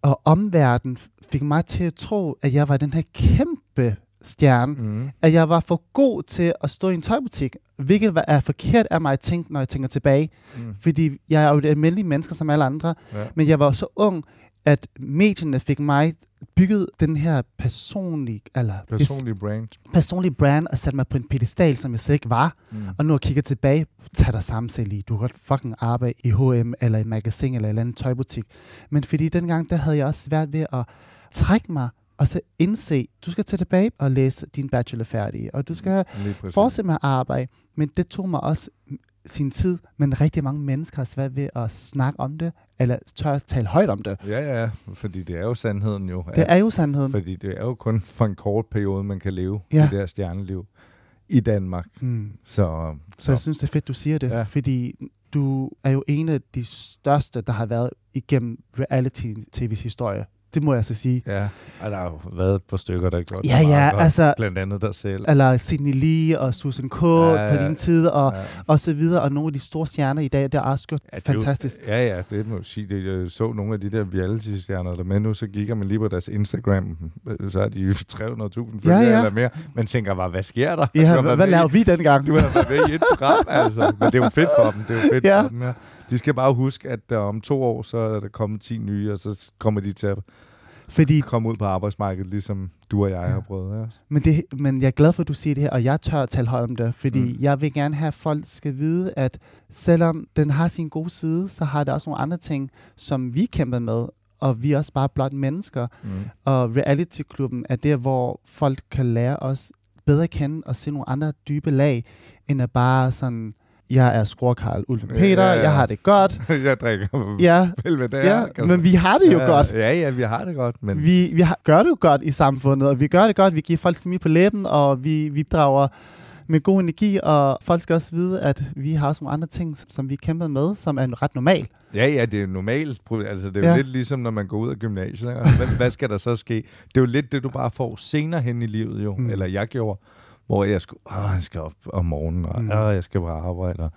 og omverdenen fik mig til at tro, at jeg var den her kæmpe stjerne, Mm. at jeg var for god til at stå i en tøjbutik, hvilket var- er forkert af mig at tænke, når jeg tænker tilbage. Mm. Fordi jeg er jo et almindeligt menneske som alle andre, Ja. men jeg var så ung, at medierne fik mig bygget den her personlige, eller Person. Personlig brand. personlige brand og satte mig på en pedestal, som jeg slet ikke var. Mm. Og når jeg kigger tilbage, tag dig sammen selv i. Du kan godt fucking arbejde i H&M eller i magasin eller en eller anden tøjbutik. Men fordi dengang, der havde jeg også svært ved at trække mig og så indse, du skal tage tilbage og læse din bachelor færdig, og du skal Lige præcis. fortsætte med at arbejde. Men det tog mig også sin tid, men rigtig mange mennesker har svært ved at snakke om det, eller tør at tale højt om det. Ja, ja, fordi det er jo sandheden jo. Det at- er jo sandheden. Fordi det er jo kun for en kort periode, man kan leve ja. Ja. det der stjerneliv i Danmark. Hmm. Så, Så jeg synes, det er fedt, du siger det, Ja. ja. fordi du er jo en af de største, der har været igennem reality-tv's historie. Det må jeg så sige. ja, og der har jo været et par stykker, der er godt. Ja, ja, altså, Blandt andet dig selv. eller Sidney Lee og Susan K. Ja, ja, Ja, for ja. din tid, og, ja. og så videre, og nogle af de store stjerner i dag, der er også gjort Ja, det er jo- Altså, fantastisk. Ja, ja, det må jeg sige. Det, jeg så nogle af de der reality-stjerner, der er med nu, så kigger man lige på deres Instagram, øh, så er de jo 300.000 følgere ja, ja. ja. eller mere. Man tænker bare, hvad sker der? Du Ja, har hvad, været hvad med i- lavede vi dengang? Du har været med i et program, altså. Men det er jo fedt for dem. Det er jo fedt ja. Ja. for dem, ja. De skal bare huske, at øh, om to år, så er der kommet 10 nye, og så kommer de til at Fordi komme ud på arbejdsmarkedet, ligesom du og jeg har prøvet. Ja. Men, det, men jeg er glad for, at du siger det her, og jeg tør at tale højt om det, fordi Mm. mm. jeg vil gerne have, at folk skal vide, at selvom den har sin gode side, så har der også nogle andre ting, som vi kæmper med, og vi er også bare blot mennesker. Mm. Og reality-klubben er der, hvor folk kan lære os bedre at kende og se nogle andre dybe lag, end at bare sådan, jeg er skruerkarl Ulven Ja, Peter, ja, ja. jeg har det godt. jeg drikker ja. Ja, vel, hvad det er. ja, kan du- men vi har det jo ja, godt. Ja, ja, vi har det godt, men... Vi, vi har, gør det jo godt i samfundet, og vi gør det godt. Vi giver folk smil på læben, og vi, vi drager med god energi, og folk skal også vide, at vi har også nogle andre ting, som vi kæmper med, som er ret normalt. Ja, ja, det er jo normalt. pro- Altså, det er jo ja. Ja. lidt ligesom, når man går ud af gymnasiet. ikke? Altså, Hvad, hvad skal der så ske? Det er jo lidt det, du bare får senere hen i livet, jo. Mm. Mm. Eller jeg gjorde, hvor jeg skulle, åh, jeg skal op om morgenen, og Mm. åh, jeg skal bare arbejde, og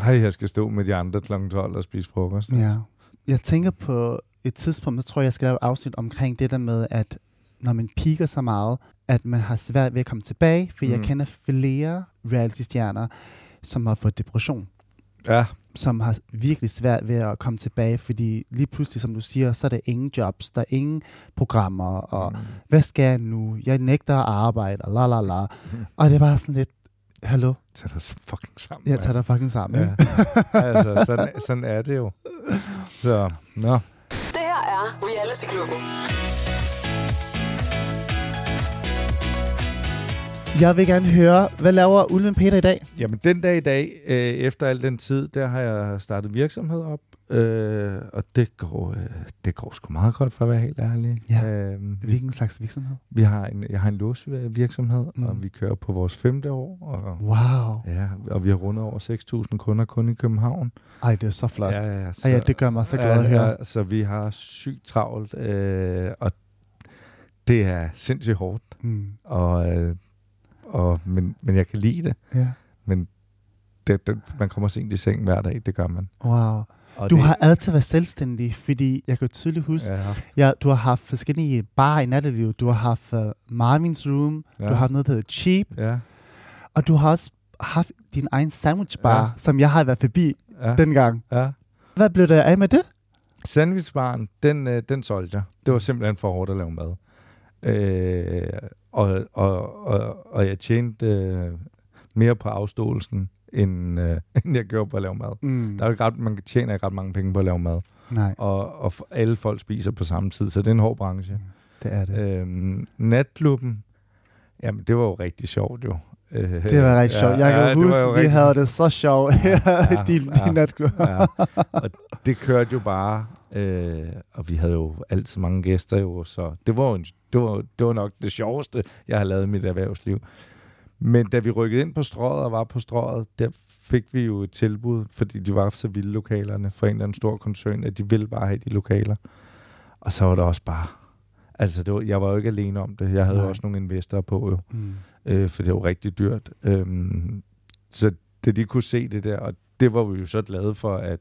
ej, jeg skal stå med de andre kl. 12 og spise frokost. Ja. Jeg tænker på et tidspunkt, så tror jeg, jeg skal lave et afsnit omkring det der med, at når man piker så meget, at man har svært ved at komme tilbage, for mm. Mm. jeg kender flere reality-stjerner, som har fået depression. ja. som har virkelig svært ved at komme tilbage, fordi lige pludselig, som du siger, så er der ingen jobs, der er ingen programmer, og Mm. hvad skal jeg nu? Jeg nægter at arbejde, og la la la. Mm. Og det er bare sådan lidt, hallo, Tag dig så fucking sammen. jeg tager dig fucking sammen. mand. Ja. ja. altså, sådan, sådan er det jo. Så, nå. Det her er Reality Klubben. Jeg vil gerne høre, hvad laver Ulven Peter i dag? Jamen, den dag i dag, øh, efter al den tid, der har jeg startet virksomhed op. Øh, og det går, øh, det går sgu meget godt, for at være helt ærlig. Ja. Øh, vi, Hvilken slags virksomhed? vi har en, jeg har en låsvirksomhed, mm. Mm. og vi kører på vores femte år. Og, Wow. ja, og vi har rundet over 6.000 kunder kun i København. Ej, det er så flot. Ja, ja, så, ja, det gør mig så glad at ja, høre. ja, så vi har sygt travlt, øh, og det er sindssygt hårdt. Mm. Og, øh, og, men, men jeg kan lide det. Ja. det, det. Man kommer sent i seng hver dag, det gør man. Wow. Og Du det, har altid været selvstændig, fordi jeg kan tydeligt huske, Ja, Ja, du har haft forskellige barer i nattelivet. Du har haft uh, Marvin's Room, Ja. ja. du har haft noget, der hedder Cheap, ja, og du har også haft din egen sandwichbar, Ja. ja. som jeg har været forbi ja, den, dengang. ja. Hvad blev der af med det? Sandwichbaren, den, øh, den solgte jeg. Det var simpelthen for hårdt at lave mad. Øh, og, og, og, og jeg tjente øh, mere på afståelsen, end, øh, end jeg gjorde på at lave mad. Mm. Der er jo ikke ret, man tjener ikke ret mange penge på at lave mad. Nej, Og, og f- alle folk spiser på samme tid, så det er en hård branche. Øh, det er det. Øhm, natklubben, jamen det var jo rigtig sjovt jo. Det var rigtig sjovt. Jeg kan Øh, ja, huske, vi rigtig... havde det så sjovt i Ja, din, ja, din natklub. ja. Og det kørte jo bare, øh, og vi havde jo altid mange gæster jo, så det var, jo en, det, var, det var nok det sjoveste, jeg har lavet i mit erhvervsliv. Men da vi rykkede ind på strøget og var på strøget, der fik vi jo et tilbud, fordi de var så vilde lokalerne fra en eller anden stor koncern, at de ville bare have de lokaler. Og så var det også bare... Altså, det var, jeg var jo ikke alene om det. Jeg havde Nej. Nej. også nogle investorer på, jo Mm. øh, for det var rigtig dyrt. Øhm, så da de kunne se det der, og det var vi jo så glade for, at,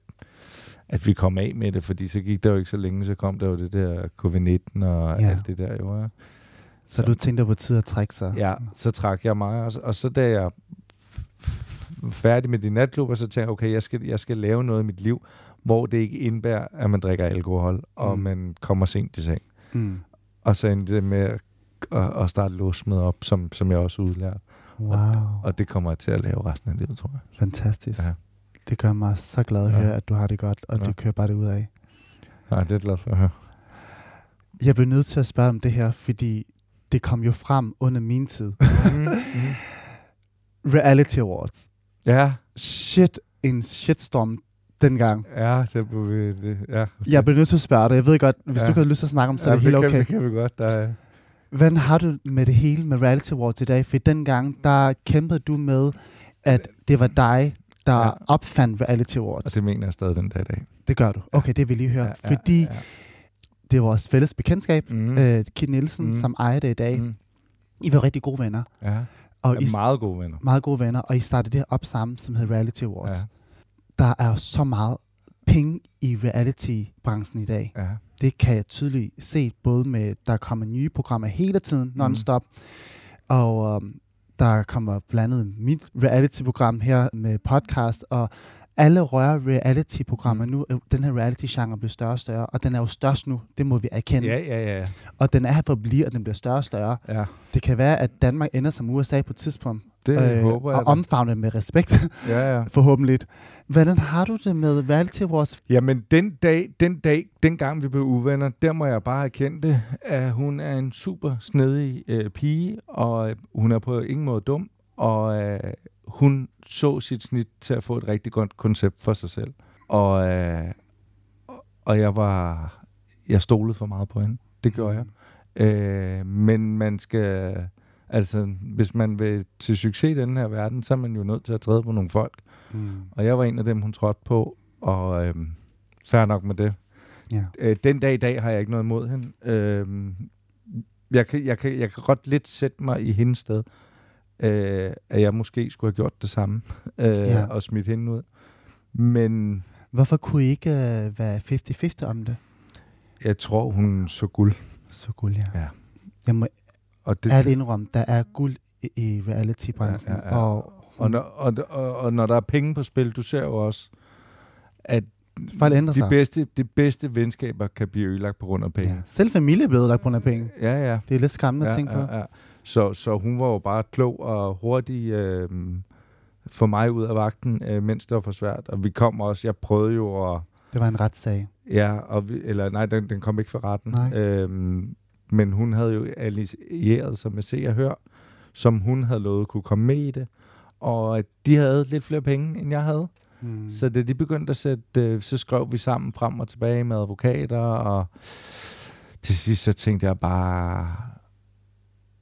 at vi kom af med det, fordi så gik der jo ikke så længe, så kom der jo det der covid-19 og Ja. ja. alt det der jo. Ja. Så du tænkte det var på tide at trække sig? ja, så trak jeg mig, og, så- og så da jeg f- f- færdig med de natklubber, så tænkte jeg, okay, jeg skal, jeg skal lave noget i mit liv, hvor det ikke indbærer, at man drikker alkohol, og Mm. mm. man kommer sent i seng. Mm. Og så endte det med at, at, at starte låsmed op, som, som jeg også udlærte. Wow, Og det kommer jeg til at lave resten af livet, tror jeg. fantastisk. Ja. Det gør mig så glad at Ja. høre, at du har det godt, og Ja. du kører bare det ud af. Nej, det er jeg glad for at høre. Jeg bliver nødt til at spørge om det her, fordi det kom jo frem under min tid. Mm-hmm. Reality Awards. ja, Shit en shitstorm dengang. ja, det blev vi... Det, ja. Jeg bliver nødt til at spørge dig. Jeg ved godt, hvis ja. Ja. du kan have lyst til at snakke om, så er ja, det helt det, kan, okay. det kan vi godt. Der, er- Hvordan har du med det hele med Reality Awards i dag? For dengang, der kæmpede du med, at det var dig, der ja. Ja. opfandt Reality og Awards. det mener jeg stadig den dag i dag. Det gør du. Okay, det vil jeg lige høre. Ja, ja, fordi Ja. det var vores fælles bekendtskab. Mm. Mm. Øh, Kit Nielsen, mm. Mm. som ejer det i dag. Mm. mm. I var rigtig gode venner. ja. Og Og I er meget gode venner. meget gode venner, og I startede det her op sammen, som hedder Reality Awards. Ja, Ja. Der er jo så meget penge i reality-branchen i dag. ja. Det kan jeg tydeligt se, både med, der kommer nye programmer hele tiden, Mm. non-stop, og øhm, der kommer blandt andet mit reality-program her med podcast, og alle rører reality-programmer Mm. nu. Øh, Den her reality-genre bliver større og større, og den er jo størst nu, det må vi erkende. ja, ja, ja, Og den er her for at blive, og den bliver større og større. ja. Det kan være, at Danmark ender som USA på et tidspunkt, Det øh, håber jeg. og da. omfavne det med respekt. Ja, ja. forhåbentlig. Hvordan har du det med reality awards? Jamen, den dag, den dag, den gang vi blev uvenner, der må jeg bare erkende det, at hun er en super snedig øh, pige, og øh, hun er på ingen måde dum, og øh, hun så sit snit til at få et rigtig godt koncept for sig selv. Og, øh, og jeg var, jeg stolede for meget på hende. Det gjorde jeg. Øh, men man skal, altså, hvis man vil til succes i den her verden, så er man jo nødt til at træde på nogle folk. Mm. Og jeg var en af dem, hun trådte på, og øhm, fair nok med det. Ja. Øh, den dag i dag har jeg ikke noget imod hende. Øhm, jeg, kan, jeg, kan, jeg kan godt lidt sætte mig i hendes sted, øh, at jeg måske skulle have gjort det samme, øh, Ja. ja. og smidt hende ud. Men Hvorfor kunne I ikke øh, være 50-50 om det? jeg tror, hun så guld. Så guld, ja. Ja. Jeg må Og det, ærligt indrømme, der er guld i, i reality-branchen. Ja, ja, ja. Og og, når, og, og, og når der er penge på spil, du ser jo også, at folk ændrer de sig. bedste, de bedste venskaber kan blive ødelagt på grund af penge. Ja. Selv familie blev ødelagt på grund af penge. Ja, ja. ja. Det er lidt skræmmende at tænke på. ja, ja. Så, så hun var jo bare klog og hurtig øh, for mig ud af vagten, øh, mens det var for svært. Og vi kom også, jeg prøvede jo at... Det var en retssag. Ja, og vi, eller nej, den, den kom ikke for retten. Nej. Øhm, men hun havde jo allieret sig med Se og Hør, som hun havde lovet kunne komme med i det. Og de havde lidt flere penge, end jeg havde. Mm. Hmm. Så da de begyndte at sætte, øh, så skrev vi sammen frem og tilbage med advokater, og til sidst så tænkte jeg bare,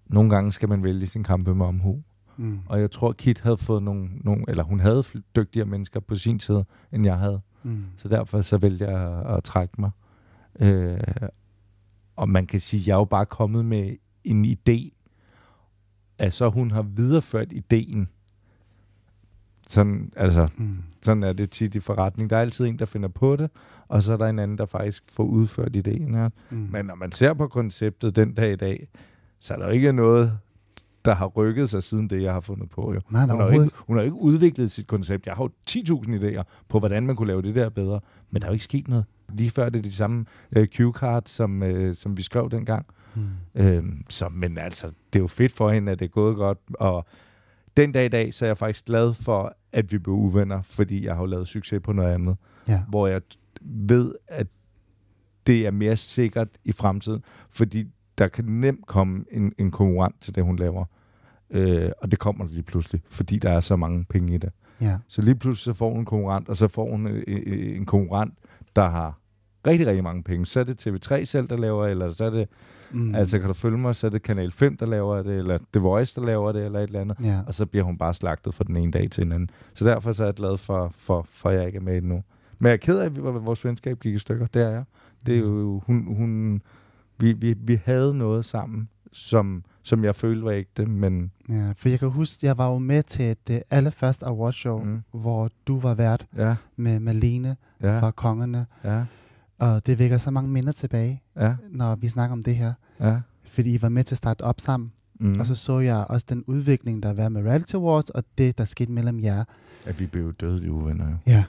nogle gange skal man vælge sin kampe med omhu. Mm. Og jeg tror, Kit havde fået nogle, nogle eller hun havde fl- dygtigere mennesker på sin side, end jeg havde. Mm. Så derfor så vælger jeg at, at trække mig. Øh, og man kan sige, at jeg er jo bare kommet med en idé, at så hun har videreført ideen. Sådan, altså, Mm. sådan er det tit i forretning. Der er altid en, der finder på det, og så er der en anden, der faktisk får udført ideen. Ja. Mm. Men når man ser på konceptet den dag i dag, så er der jo ikke noget, der har rykket sig siden det, jeg har fundet på. Jo. Nej, nej, Hun har, jo overhovedet ikke, hun har jo ikke udviklet sit koncept. Jeg har jo 10.000 idéer på, hvordan man kunne lave det der bedre, men der er jo ikke sket noget. Lige før det er de samme øh, cue-card, som, øh, som vi skrev dengang. Mm. Øhm, så, men altså, det er jo fedt for hende, at det er gået godt. Og den dag i dag, så er jeg faktisk glad for, at vi blev uvenner, fordi jeg har jo lavet succes på noget andet. Ja. Hvor jeg t- ved, at det er mere sikkert i fremtiden, fordi der kan nemt komme en, en konkurrent til det, hun laver. Øh, og det kommer lige pludselig, fordi der er så mange penge i det. Ja. Så lige pludselig så får hun en konkurrent, og så får hun øh, øh, en konkurrent, der har rigtig, rigtig mange penge. Så er det TV3 selv, der laver, eller så er det, Mm. mm. altså kan du følge mig, så er det Kanal 5, der laver det, eller The Voice, der laver det, eller et eller andet. ja. Og så bliver hun bare slagtet fra den ene dag til den anden. Så derfor så er jeg glad for, for, for at jeg ikke er med endnu. Men jeg er ked af, at vi- at vores venskab gik i stykker. Det er jeg. Det er Mm. jo, hun, hun, vi, vi, vi havde noget sammen, som, som jeg følte var ægte, men ja. For jeg kan huske, jeg var jo med til det allerførste awardshow, mm. Mm. hvor du var vært ja, med Malene ja. ja, fra Kongerne. ja, Og det vækker så mange minder tilbage, ja, når vi snakker om det her. ja. Fordi I var med til at starte op sammen. Mm. Mm. Og så så jeg også den udvikling, der har været med Reality Awards, og det, der skete mellem jer. At vi blev døde i uvenner, jo. Ja.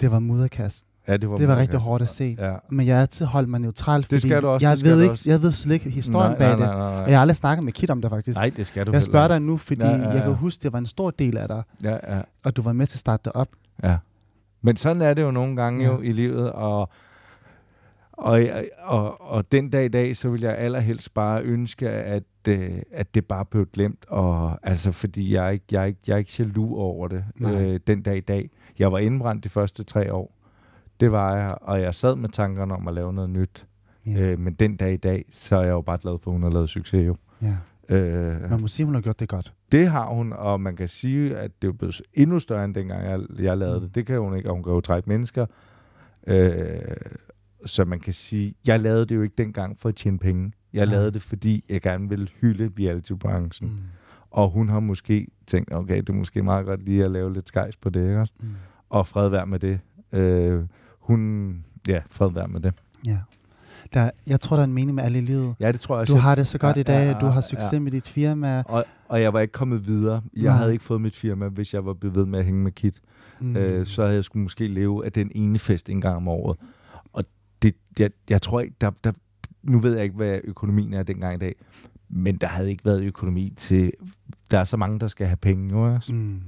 Det var mudderkast. Ja, det var, Det var meget rigtig godt. hårdt at se. Ja. Men jeg har altid holdt mig neutral, fordi Det skal du også, jeg, det skal ved du ikke, også. jeg ved slet ikke historien nej, bag nej, det. nej, nej, Og jeg har aldrig snakket med Kit om det faktisk. nej, det skal du jeg heller spørger dig nu, fordi Ja, ja, ja, ja, ja. jeg kan ja. huske, det var en stor del af dig, ikke. Ja, ja. og du var med til at starte det op. Ja. Men sådan er det jo nogle gange ja. jo Ja. i livet, og, og, jeg- og, og den dag i dag, så vil jeg allerhelst bare ønske, at, øh, at det bare blev glemt, og, altså, fordi jeg er, ikke, jeg, er ikke, jeg er ikke jaloux over det Nej. øh, den dag i dag. Jeg var indbrændt de første tre år, det var jeg, og jeg sad med tankerne om at lave noget nyt. Ja. Øh, men den dag i dag, så er jeg jo bare glad for, at hun har lavet succes jo. Ja. Øh, Man må sige, hun har gjort det godt. det har hun, og man kan sige, at det er blevet endnu større end dengang, jeg, jeg lavede Mm. det. Det kan hun ikke, og hun kan jo trække mennesker. Øh, så man kan sige, jeg lavede det jo ikke dengang for at tjene penge. Jeg Nej. lavede det, fordi jeg gerne ville hylde reality-branchen. Mm. Mm. Og hun har måske tænkt, okay, det er måske meget godt lige at lave lidt skejs på det, ikke? også? Mm. Og fred vær med det. Øh, hun, ja, fred vær med det. Ja. Der, jeg tror, der er en mening med alt i livet. Ja, det tror jeg også. Du har det så godt Ja, i dag, ja, ja, du har ja. succes med dit firma. og, og jeg var ikke kommet videre. Jeg Nej. havde ikke fået mit firma, hvis jeg var blevet ved med at hænge med Kit. Mm. øh, så havde jeg skulle måske leve af den ene fest en gang om året. Og det, jeg, jeg tror ikke, der, der, nu ved jeg ikke, hvad økonomien er dengang i dag, men der havde ikke været økonomi til, der er så mange, der skal have penge nu. ikke? Mm.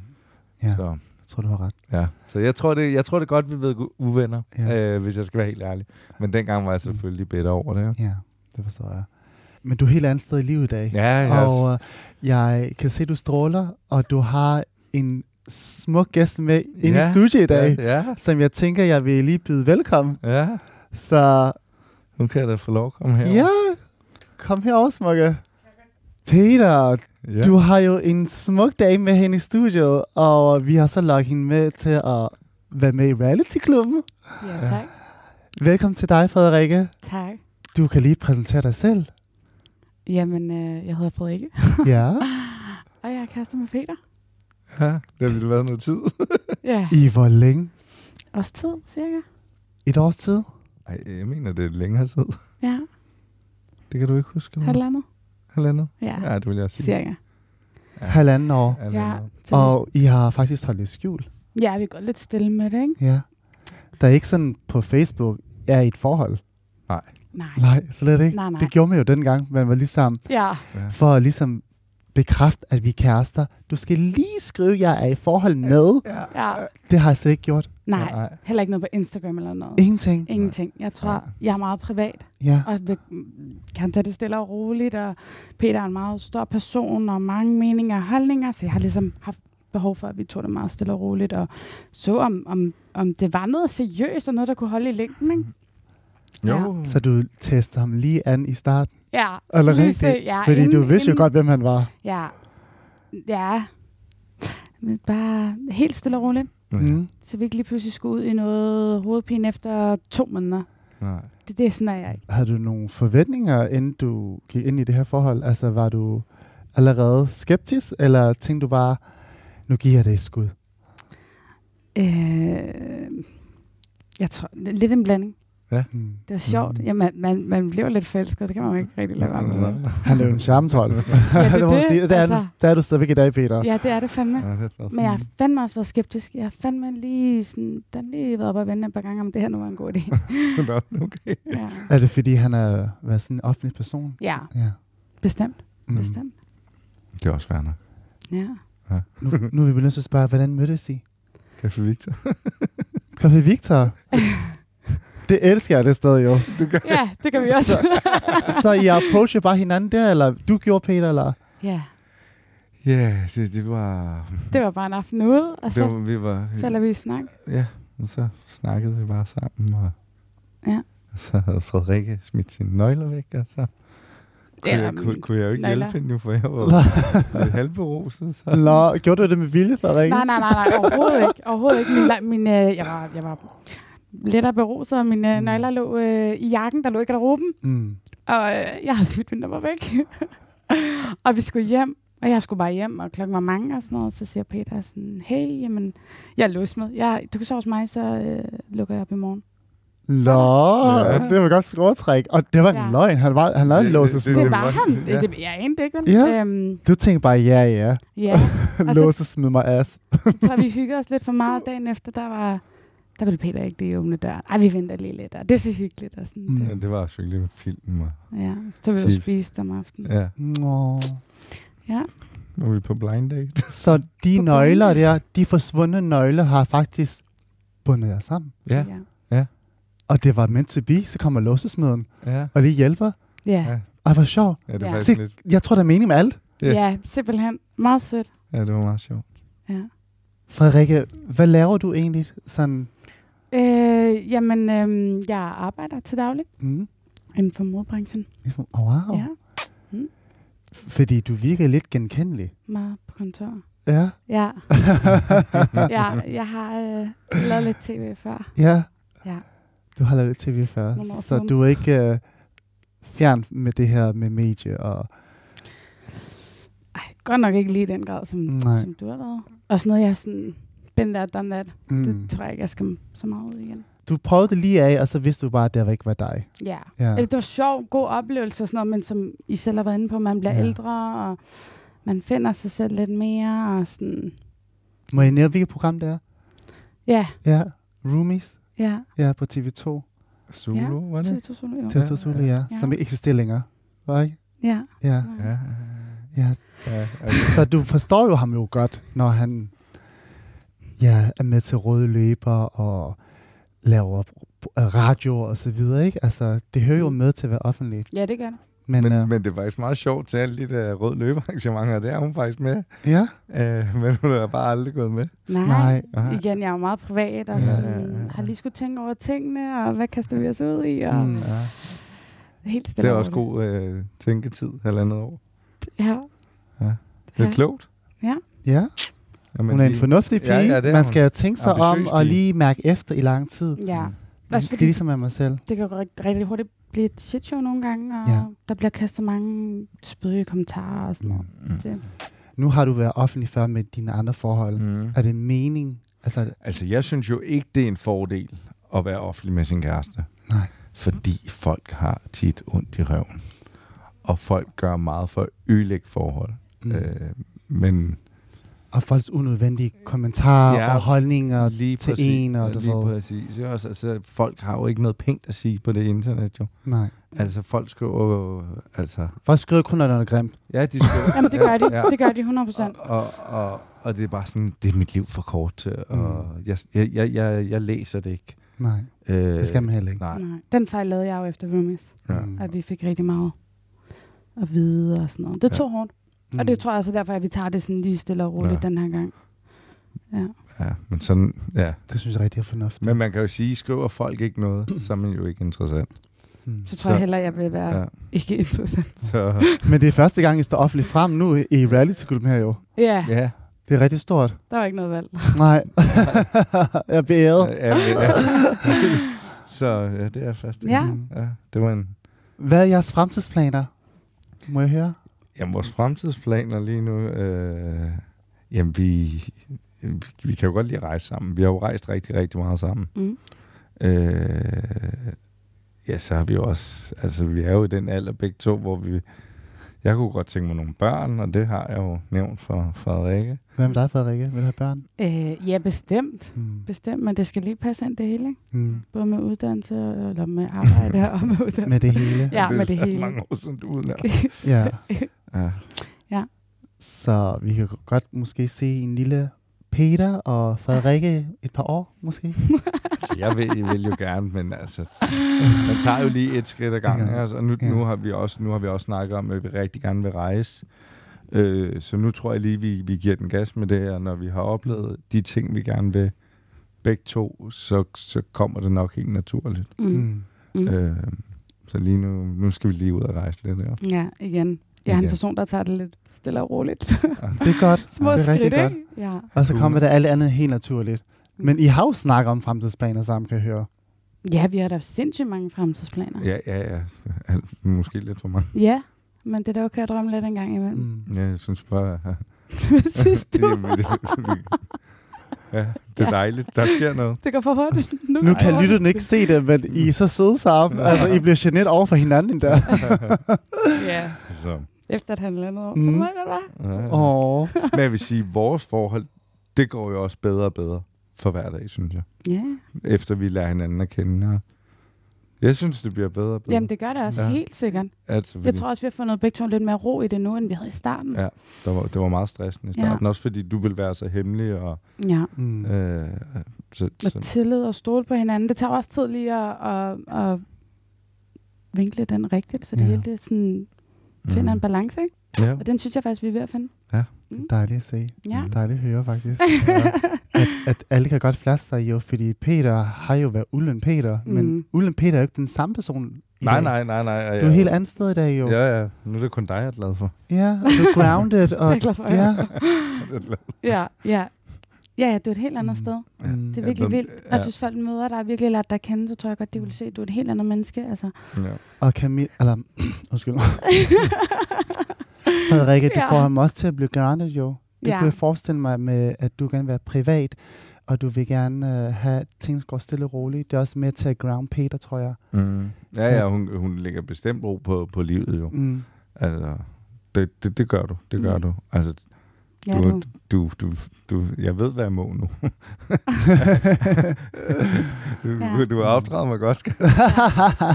Ja, Så, jeg tror, du har ret. ja. så jeg, tror det, jeg tror det er godt, vi ved uvenner, Ja. ja. øh, hvis jeg skal være helt ærlig. Men dengang var jeg selvfølgelig bedre over det. ikke? Ja, det forstår jeg. Men du er et helt andet sted i livet i dag. Ja, jeg, Og øh, jeg kan se, du stråler, og du har en smuk gæst med ind ja, Ja, i studiet i dag, ja. Ja, ja, som jeg tænker, jeg vil lige byde velkommen. ja. Så Nu kan jeg da få lov at komme her. ja, kom herover, smukke. Peter, ja. du har jo en smuk dag med hende i studiet, og vi har så lagt hende med til at være med i reality-klubben. Ja, Ja. tak. Velkommen til dig, Frederikke. Tak. Du kan lige præsentere dig selv. Jamen, øh, jeg hedder Frederikke, Ja. og jeg er kærester med Peter. ja. Det har ville været noget tid. Ja, I hvor længe? også tid, cirka. Et års tid? Ej, jeg mener, det er længere tid. Ja, Det kan du ikke huske. eller? halvandet. Halvandet? Ja, Mm. Ja, det vil jeg også sige. cirka. Halvanden år. Ja, Halvandet. så- Og I har faktisk holdt det skjult. ja, vi går lidt stille med det, ikke? Ja. Der er ikke sådan på Facebook, jeg er i et forhold. Nej. Nej, slet ikke. Nej, nej. Det gjorde man jo dengang, man var ligesom, Ja, for at ligesom bekræfte, at vi er kærester. Du skal lige skrive, jeg er i forhold med. Ja. ja. Det har jeg slet ikke gjort. Nej, Nej. heller ikke noget på Instagram eller noget. Ingenting. Ingenting. Jeg tror, jeg er meget privat, Ja. og vil- kan tage det stille og roligt, og Peter er en meget stor person, og mange meninger og holdninger, så jeg har ligesom haft behov for, at vi tog det meget stille og roligt, og så om, om, om det var noget seriøst, og noget, der kunne holde i længden, ikke? Jo. Så du tester ham lige an i starten. Ja, Eller lige rigtigt. se- ja, Fordi du inden- vidste jo inden- godt, hvem han var. Ja, ja. Men bare helt stille og roligt, Mm. så vi ikke lige pludselig skulle ud i noget hovedpine efter to måneder. Nej. Det, det er sådan, at jeg ikke. Havde du nogle forventninger, inden du gik ind i det her forhold? Altså, var du allerede skeptisk, eller tænkte du bare, nu giver jeg det et skud? Øh, jeg tror, lidt en blanding. Mm. Det var sjovt. Ja, man, man, man bliver lidt forelsket, det kan man jo ikke rigtig lade være med. Han er jo en charmetrol. ja, Ja, det, må man sige. det, Mm. er, altså. du, der er du stadigvæk i dag, Peter. Ja, det er det fandme. Ja, det er så Men jeg har fandme også været skeptisk. Jeg har fandme lige, sådan, den lige været op og vende et par gange, om det her nu var en god idé. fint. Nå, okay. Ja, Er det, fordi han er været sådan en offentlig person? ja Ja. bestemt. Mm. Bestemt. Det er også værner. Ja. Nu, nu er vi begyndt at spørge, hvordan mødtes I? Café Victor. Café Victor? det elsker jeg det sted jo. ja, det kan vi også. Så I approacher bare hinanden der, eller du gjorde, Peter, eller? ja. Ja, det, det var... Det var bare en aften ude, og Det så var, vi var, falder vi i snak. ja, og så snakkede vi bare sammen, og, Ja. og så havde Frederikke smidt sine nøgler væk, og så kunne, Ja, jeg, kunne, men- kunne jeg jo ikke nøgler. hjælpe hende, jo, for jeg var lidt halvberuset. Så. Nå, gjorde du det med vilje, Frederik? Nej, nej, nej, nej, overhovedet ikke. Overhovedet ikke. Min, nej, min, øh, jeg, var, jeg var lettere beruset, og mine øh, nøgler lå øh, i jakken, der lå i garderoben, Mm. og øh, jeg havde smidt min nummer væk. og vi skulle hjem, og jeg skulle bare hjem, og klokken var mange og sådan noget, så siger Peter sådan, hey, jamen, jeg er løsmed. Jeg, du kan sove hos mig, så øh, lukker jeg op i morgen. Nå, Ja. det var et godt skråtræk. Og det var en Ja. løgn. Han var, han havde Det- låst og det- sådan Det noget. var er godt. han. Ja. Det, det, jeg anede det ikke, vel? Ja. Øhm, Du tænkte bare, ja, ja. ja. Og så Låse smid mig ass. Så vi hyggede os lidt for meget, og dagen efter, der var... Der ville Peter ikke lige åbne døren. Ej, vi venter lige lidt, og det er så hyggeligt. Og sådan. Mm. Mm. Ja, det var også hyggeligt med filmen. Og, Ja, så tog vi ud Sigt. og spiste om aftenen. ja, Nå. nu er vi på blind date. Så de På nøgler bunden. der, de forsvundne nøgler, har faktisk bundet jer sammen. Ja, ja. Og det var meant to be, så kommer låsesmeden ja. og lige hjælper. Ja. Ej, hvor sjovt. Ja, det Ja. var faktisk Se- lidt, Jeg tror, der er mening med alt. Ja. ja. ja, simpelthen. Meget sødt. ja, det var meget sjovt. Ja. Frederikke, hvad laver du egentlig sådan? Øh, jamen, øhm, jeg arbejder til daglig Mm. inden for modbranchen. Oh, wow. Oh. Ja, Fordi du virker lidt genkendelig. meget på kontor. Ja. Ja, ja jeg har øh, lavet lidt tv før. ja. Ja. Du har lavet tv før, Nogle år så siden. du er ikke øh, fjern med det her med medie. Og, Ej, godt nok ikke lige i den grad, som, Nej. som du har lavet. Og sådan noget, jeg er sådan... Den der, den der, mm. det tror jeg ikke, jeg skal så meget ud igen. Du prøvede det lige af, og så vidste du bare, at det ikke var dig. Ja. Ja. Eller, det var sjov, god oplevelse og sådan noget, men som I selv har været inde på, man bliver Ja. ja. ældre, og man finder sig selv lidt mere, og sådan... Må jeg nævne, hvilket program det er? Ja, Ja. Roomies. ja. Ja, på TV2. Zulu, var det? Tito Solo, jo. TV2 Solo, ja. Ja. Som ikke eksisterer længere. Var ikke? Ja. Ja. Ja. ja. ja. ja. Så du forstår jo ham jo godt, når han ja, er med til røde løber og laver radio og så videre, ikke? Altså, det hører jo med til at være offentligt. ja, det gør det. Men, men, Men, øh, men men det er faktisk meget sjovt til alle de der rød løbearrangementer, der er hun faktisk med. ja, Øh, men hun er bare aldrig gået med. Nej. nej. Nej. Igen, jeg er jo meget privat, og Ja, sådan, ja, ja, ja. har lige skulle tænke over tingene, og hvad kaster vi os ud i, og Mm. mm. Ja. helt Det stille er og også roligt. god øh, tænketid, halvandet år. Ja. Ja. Det er Ja. klogt. Ja, Ja, men hun er en lige- fornuftig pige. Ja, ja, det er Man hun. skal jo tænke sig om Ambitiøs og pige. lige mærke efter i lang tid. Ja. Også Det er fordi, ligesom med mig selv. det kan jo rigt- rigtig hurtigt blive et shitshow nogle gange, og Ja. ja. der bliver kastet mange spydige kommentarer og sådan noget. Mm. Det- Nu har du været offentlig før med dine andre forhold. Mm. Mm. Er det mening? Altså, Altså, jeg synes jo ikke, det er en fordel at være offentlig med sin kæreste. Nej. Fordi folk har tit ondt i røven. Og folk gør meget for at ødelægge forhold. mm. Mm. Øh, men og folks unødvendige kommentarer Ja, og holdninger lige til præcis, en. Og, du lige ved. præcis. Også, altså, folk har jo ikke noget pænt at sige på det internet, jo. Nej. Altså, folk skriver jo... Altså, Folk skriver kun, når der er noget grimt. ja, de skriver... Jamen, det gør de. Ja. Det gør de 100 procent. Og, og, og, og det er bare sådan, det er mit liv for kort, til, og Mm. jeg, jeg, jeg, jeg, jeg læser det ikke. Nej, Øh, det skal man heller ikke. Nej. Nej. Den fejl lavede jeg jo efter Roomies, Ja. Mm. at vi fik rigtig meget at vide og sådan noget. Det Ja. tog hårdt, Mm. og det tror jeg også er derfor, at vi tager det sådan lige stille og roligt Ja. ja. den her gang. Ja. ja, men sådan, ja. Mm. Det synes jeg rigtig er fornuftigt. Men man kan jo sige, skriver folk ikke noget, så er man jo ikke interessant. Mm. Så tror Så- jeg hellere, at jeg vil være Ja. ja. ikke interessant. Så Men det er første gang, I står offentligt frem nu i reality-klubben her jo. Ja, ja, ja, Det er rigtig stort. der var ikke noget valg. Nej, jeg bliver æret. ja, men, ja. Så ja, det er fast. Ja. Mm. ja. Det var en... Hvad er jeres fremtidsplaner? Må jeg høre? Jamen, vores fremtidsplaner lige nu... Øh, jamen, vi, vi kan jo godt lide at rejse sammen. Vi har jo rejst rigtig, rigtig meget sammen. Mm. Øh, ja, så har vi jo også... Altså, vi er jo i den alder begge to, hvor vi... Jeg kunne godt tænke mig nogle børn, og det har jeg jo nævnt for Frederikke. Hvad med dig, Frederikke? Vil du have børn? Øh, ja, bestemt. Mm. Bestemt, men det skal lige passe ind det hele, ikke? Mm. Både med uddannelse, eller med arbejde og med uddannelse. Med det hele. Ja, det er med det så hele. mange år siden, du udlærte. ja. Ja. Så vi kan godt måske se en lille Peter og Frederikke et par år, måske. Altså, jeg vil, jeg vil jo gerne, men altså, man tager jo lige et skridt ad gangen. Ja. Altså, og nu, Ja. nu, har vi også, nu har vi også snakket om, at vi rigtig gerne vil rejse. Øh, så nu tror jeg lige, vi, vi giver den gas med det her. Når vi har oplevet de ting, vi gerne vil begge to, så, så kommer det nok helt naturligt. Mm. Mm. Øh, så lige nu, nu skal vi lige ud og rejse lidt her. Ja, igen. Jeg er en Igen. person, der tager det lidt stille og roligt. Det er godt. Små det er rigtig skridt, godt. ikke? Ja. Og så kommer Cool. der alt andet helt naturligt. Men I har jo snakket om fremtidsplaner sammen, kan jeg høre. ja, vi har da sindssygt mange fremtidsplaner. Ja, ja, ja. Alt- Måske lidt for meget. Ja, men det er da okay at drømme lidt en gang imellem. Mm. Ja, jeg synes bare... Ja. Hvad synes det, du? det, det, ja, det er Ja. dejligt. Der sker noget. Det går for hurtigt. Nu går det kan lytteren hurtigt. ikke se det, men I er så søde sammen. Altså, I bliver genet over for hinanden der. Ja, så, efter et halvandet år. Mm. Mm. Så må jeg godt være. ja. Åh, Men jeg vil sige, vores forhold, det går jo også bedre og bedre for hver dag, synes jeg. Ja, Efter vi lærer hinanden at kende. og Jeg synes, det bliver bedre og bedre. jamen det gør det også Ja. ja. helt sikkert. altså, Jeg tror også, vi har fundet begge to lidt mere ro i det nu, end vi havde i starten. Ja. der var, det var meget stressende i Ja. starten. Ja. Også fordi du ville være så hemmelig. Og, ja. mm. øh, så, Med så, tillid og stole på hinanden. Det tager også tid lige at, at, at vinkle den rigtigt, så det Ja. hele det sådan, Mm. finder en balance. Ikke? Ja. Og den synes jeg faktisk, vi er ved at finde. Dejligt at se. Ja. Dejligt at høre, faktisk. Ja. At, at alle kan godt flaste sig jo, fordi Peter har jo været Ullen Peter, mm. men Mm. Ullen Peter er jo ikke den samme person i Nej, dag. nej, nej, nej. Du er et helt andet sted i dag jo. Ja, Ja, ja. Nu er det kun dig, jeg er glad for. ja og du er grounded. Og, Jeg er glad for at ja. Ja, ja. Ja, ja, du er et helt andet Mm. sted. Mm. Det er Ja, virkelig den- vildt. Og ja. altså, hvis folk møder dig og virkelig lært dig at kende, så tror jeg godt, de vil se, at du er et helt andet menneske. Altså. Ja. Og Camille, eller undskyld. Frederikke, du Ja. får ham også til at blive grounded jo. Du ja. Ja. kunne jeg forestille mig, med, at du gerne vil være privat, og du vil gerne øh, have, at tingene går stille og roligt. Det er også med til at ground Peter, tror jeg. Mm. Ja, ja, hun, hun lægger bestemt ro på, på livet jo. Mm. Altså, det, det, det gør du, det gør Mm. du. Altså, Ja, Du- du. du, du, du, jeg ved, hvad jeg må nu. du, ja. Ja. du har opdraget mig godt, skal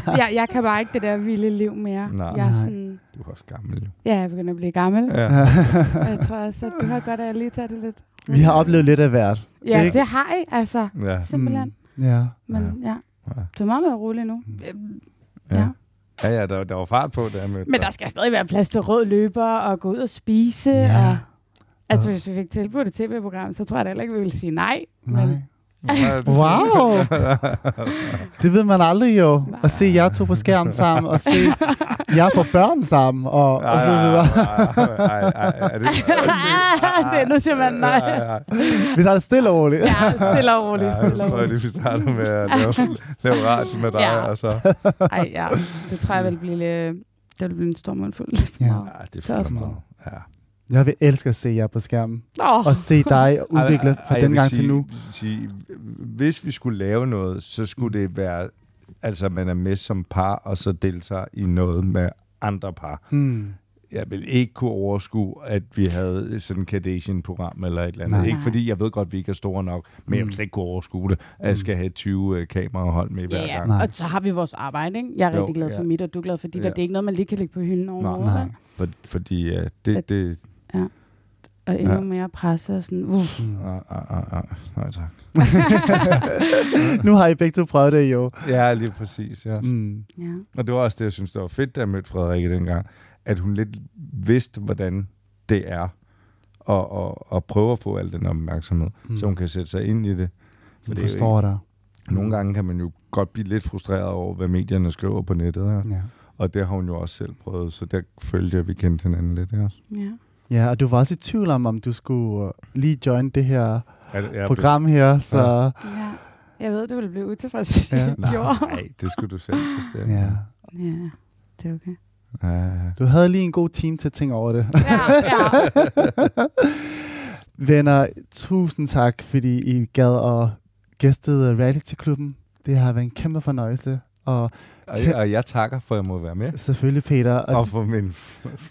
Ja, jeg kan bare ikke det der vilde liv mere. Nej. Jeg er Nej. sådan, du. er også gammel jo. ja, jeg begynder at blive gammel. Ja. Ja. Og jeg tror også, at du har godt af at lige tage det lidt. Vi har oplevet lidt af hvert. Ja, Ikke? det har I, altså. Ja. Simpelthen. Mm. Ja. Men ja, Ja. du er meget mere rolig nu. Ja, Ja. ja, ja der, der var fart på, der med. Men der skal stadig være plads til rød løber og gå ud og spise. Ja. Og, altså, Og- hvis vi fik tilbudt et tv-program, så tror jeg da heller ikke, vi ville sige nej. Nej. Men, Wow! Det ved man aldrig jo. At se jer to på skærmen sammen, og se jer få børn sammen, og, og så videre. Ah, Se, nu siger man nej. Vi tager det stille og roligt. ja, altså, stille og roligt. Ja, Stille jeg og tror, jeg roligt. lige, vi starter med at lave, lave radio med dig, Ja. ja. og så... Ej, ja. Det tror jeg vil blive, lidt- det vil blive en stor mundfuld. Ja. Nå. Ja, Ah, det er Så også fandme meget. Ja. Jeg vil elske at se jer på skærmen, Nå. og se dig udvikle Ej, fra ej, jeg den vil gang sige, til nu. Sige, hvis vi skulle lave noget, så skulle det være, altså man er med som par, og så deltager i noget med andre par. Mm. Jeg vil ikke kunne overskue, at vi havde sådan et Kardashian-program eller et eller andet. Nej. Nej. Ikke fordi jeg ved godt, at vi ikke er store nok, men jeg Mm. vil slet ikke kunne overskue det, at jeg skal have 20 øh, kamerahold med hver Ja, gang. Nej. og så har vi vores arbejde, ikke? Jeg er Jo, jo, rigtig glad for ja. mit, og du er glad for dit, Ja. og det er ikke noget, man lige kan lægge på hylden overhovedet. Nej. vel? For, fordi øh, det... At- det Og endnu Ja. mere presse og sådan, uff. ah, ah, ah, ah. Nej, tak. Nu har I begge to prøvet det jo. Ja, lige præcis. Ja. Mm. Ja. Og det var også det, jeg synes, det var fedt, da jeg mødte Frederikke dengang, at hun lidt vidste, hvordan det er at, at, at prøve at få al den opmærksomhed, mm. så hun kan sætte sig ind i det. Jeg det er jo forstår dig. ikke- Nogle gange kan man jo godt blive lidt frustreret over, hvad medierne skriver på nettet, ja. Mm. Ja. og det har hun jo også selv prøvet, så der følte jeg, at vi kendte hinanden lidt. Ja. Ja. ja, og du var også i tvivl om, om du skulle øh, lige join det her Er, er program her, så ja. Jeg ved, du ville blive utilfreds, hvis Ja. jeg ikke gjorde. Nej, det skulle du selv bestemme. ja. Ja, det er okay. Ja. Du havde lige en god time til at tænke over det. Ja, ja. Venner, tusind tak, fordi I gad og gæstede Reality-klubben. Det har været en kæmpe fornøjelse. Og Og, jeg- og jeg takker for, at jeg må være med. selvfølgelig, Peter, og Og for min...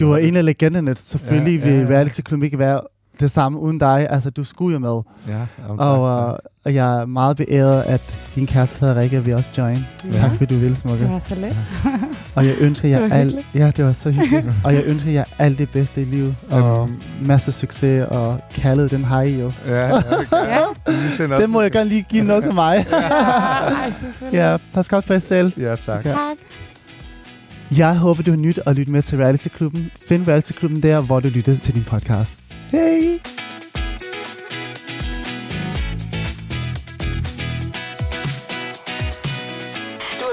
du var en af legenderne. Selvfølgelig ja, Ja, ja, ja, ja. ja. vil Reality-klubben ikke være det samme uden dig. Altså, du skulle jo med. Ja, om, tak, Og, tak. øh, og jeg er meget beæret, at din kæreste Frederikke vil også join. Ja. Tak fordi du ville, Det Smukke. var så let. Og jeg ønsker Det jer var alt... hyggeligt. Ja, det var så hyggeligt. og jeg ønsker jer alt det bedste i livet. Og Jamen. masser af succes, og kaldet, den har I jo. Ja, ja, det kan jeg. Ja. Vi sender Den må jeg gerne lige give noget til mig. Ja, ej, selvfølgelig. ja, pas godt på jer selv. Ja, tak. Ja. Tak. Jeg håber, du har nyt at lytte med til Reality Klubben. Find Reality Klubben der, hvor du lytter til din podcast. Hej! Du har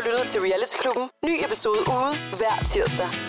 lyttet til Reality Klubben. Ny episode ude hver tirsdag.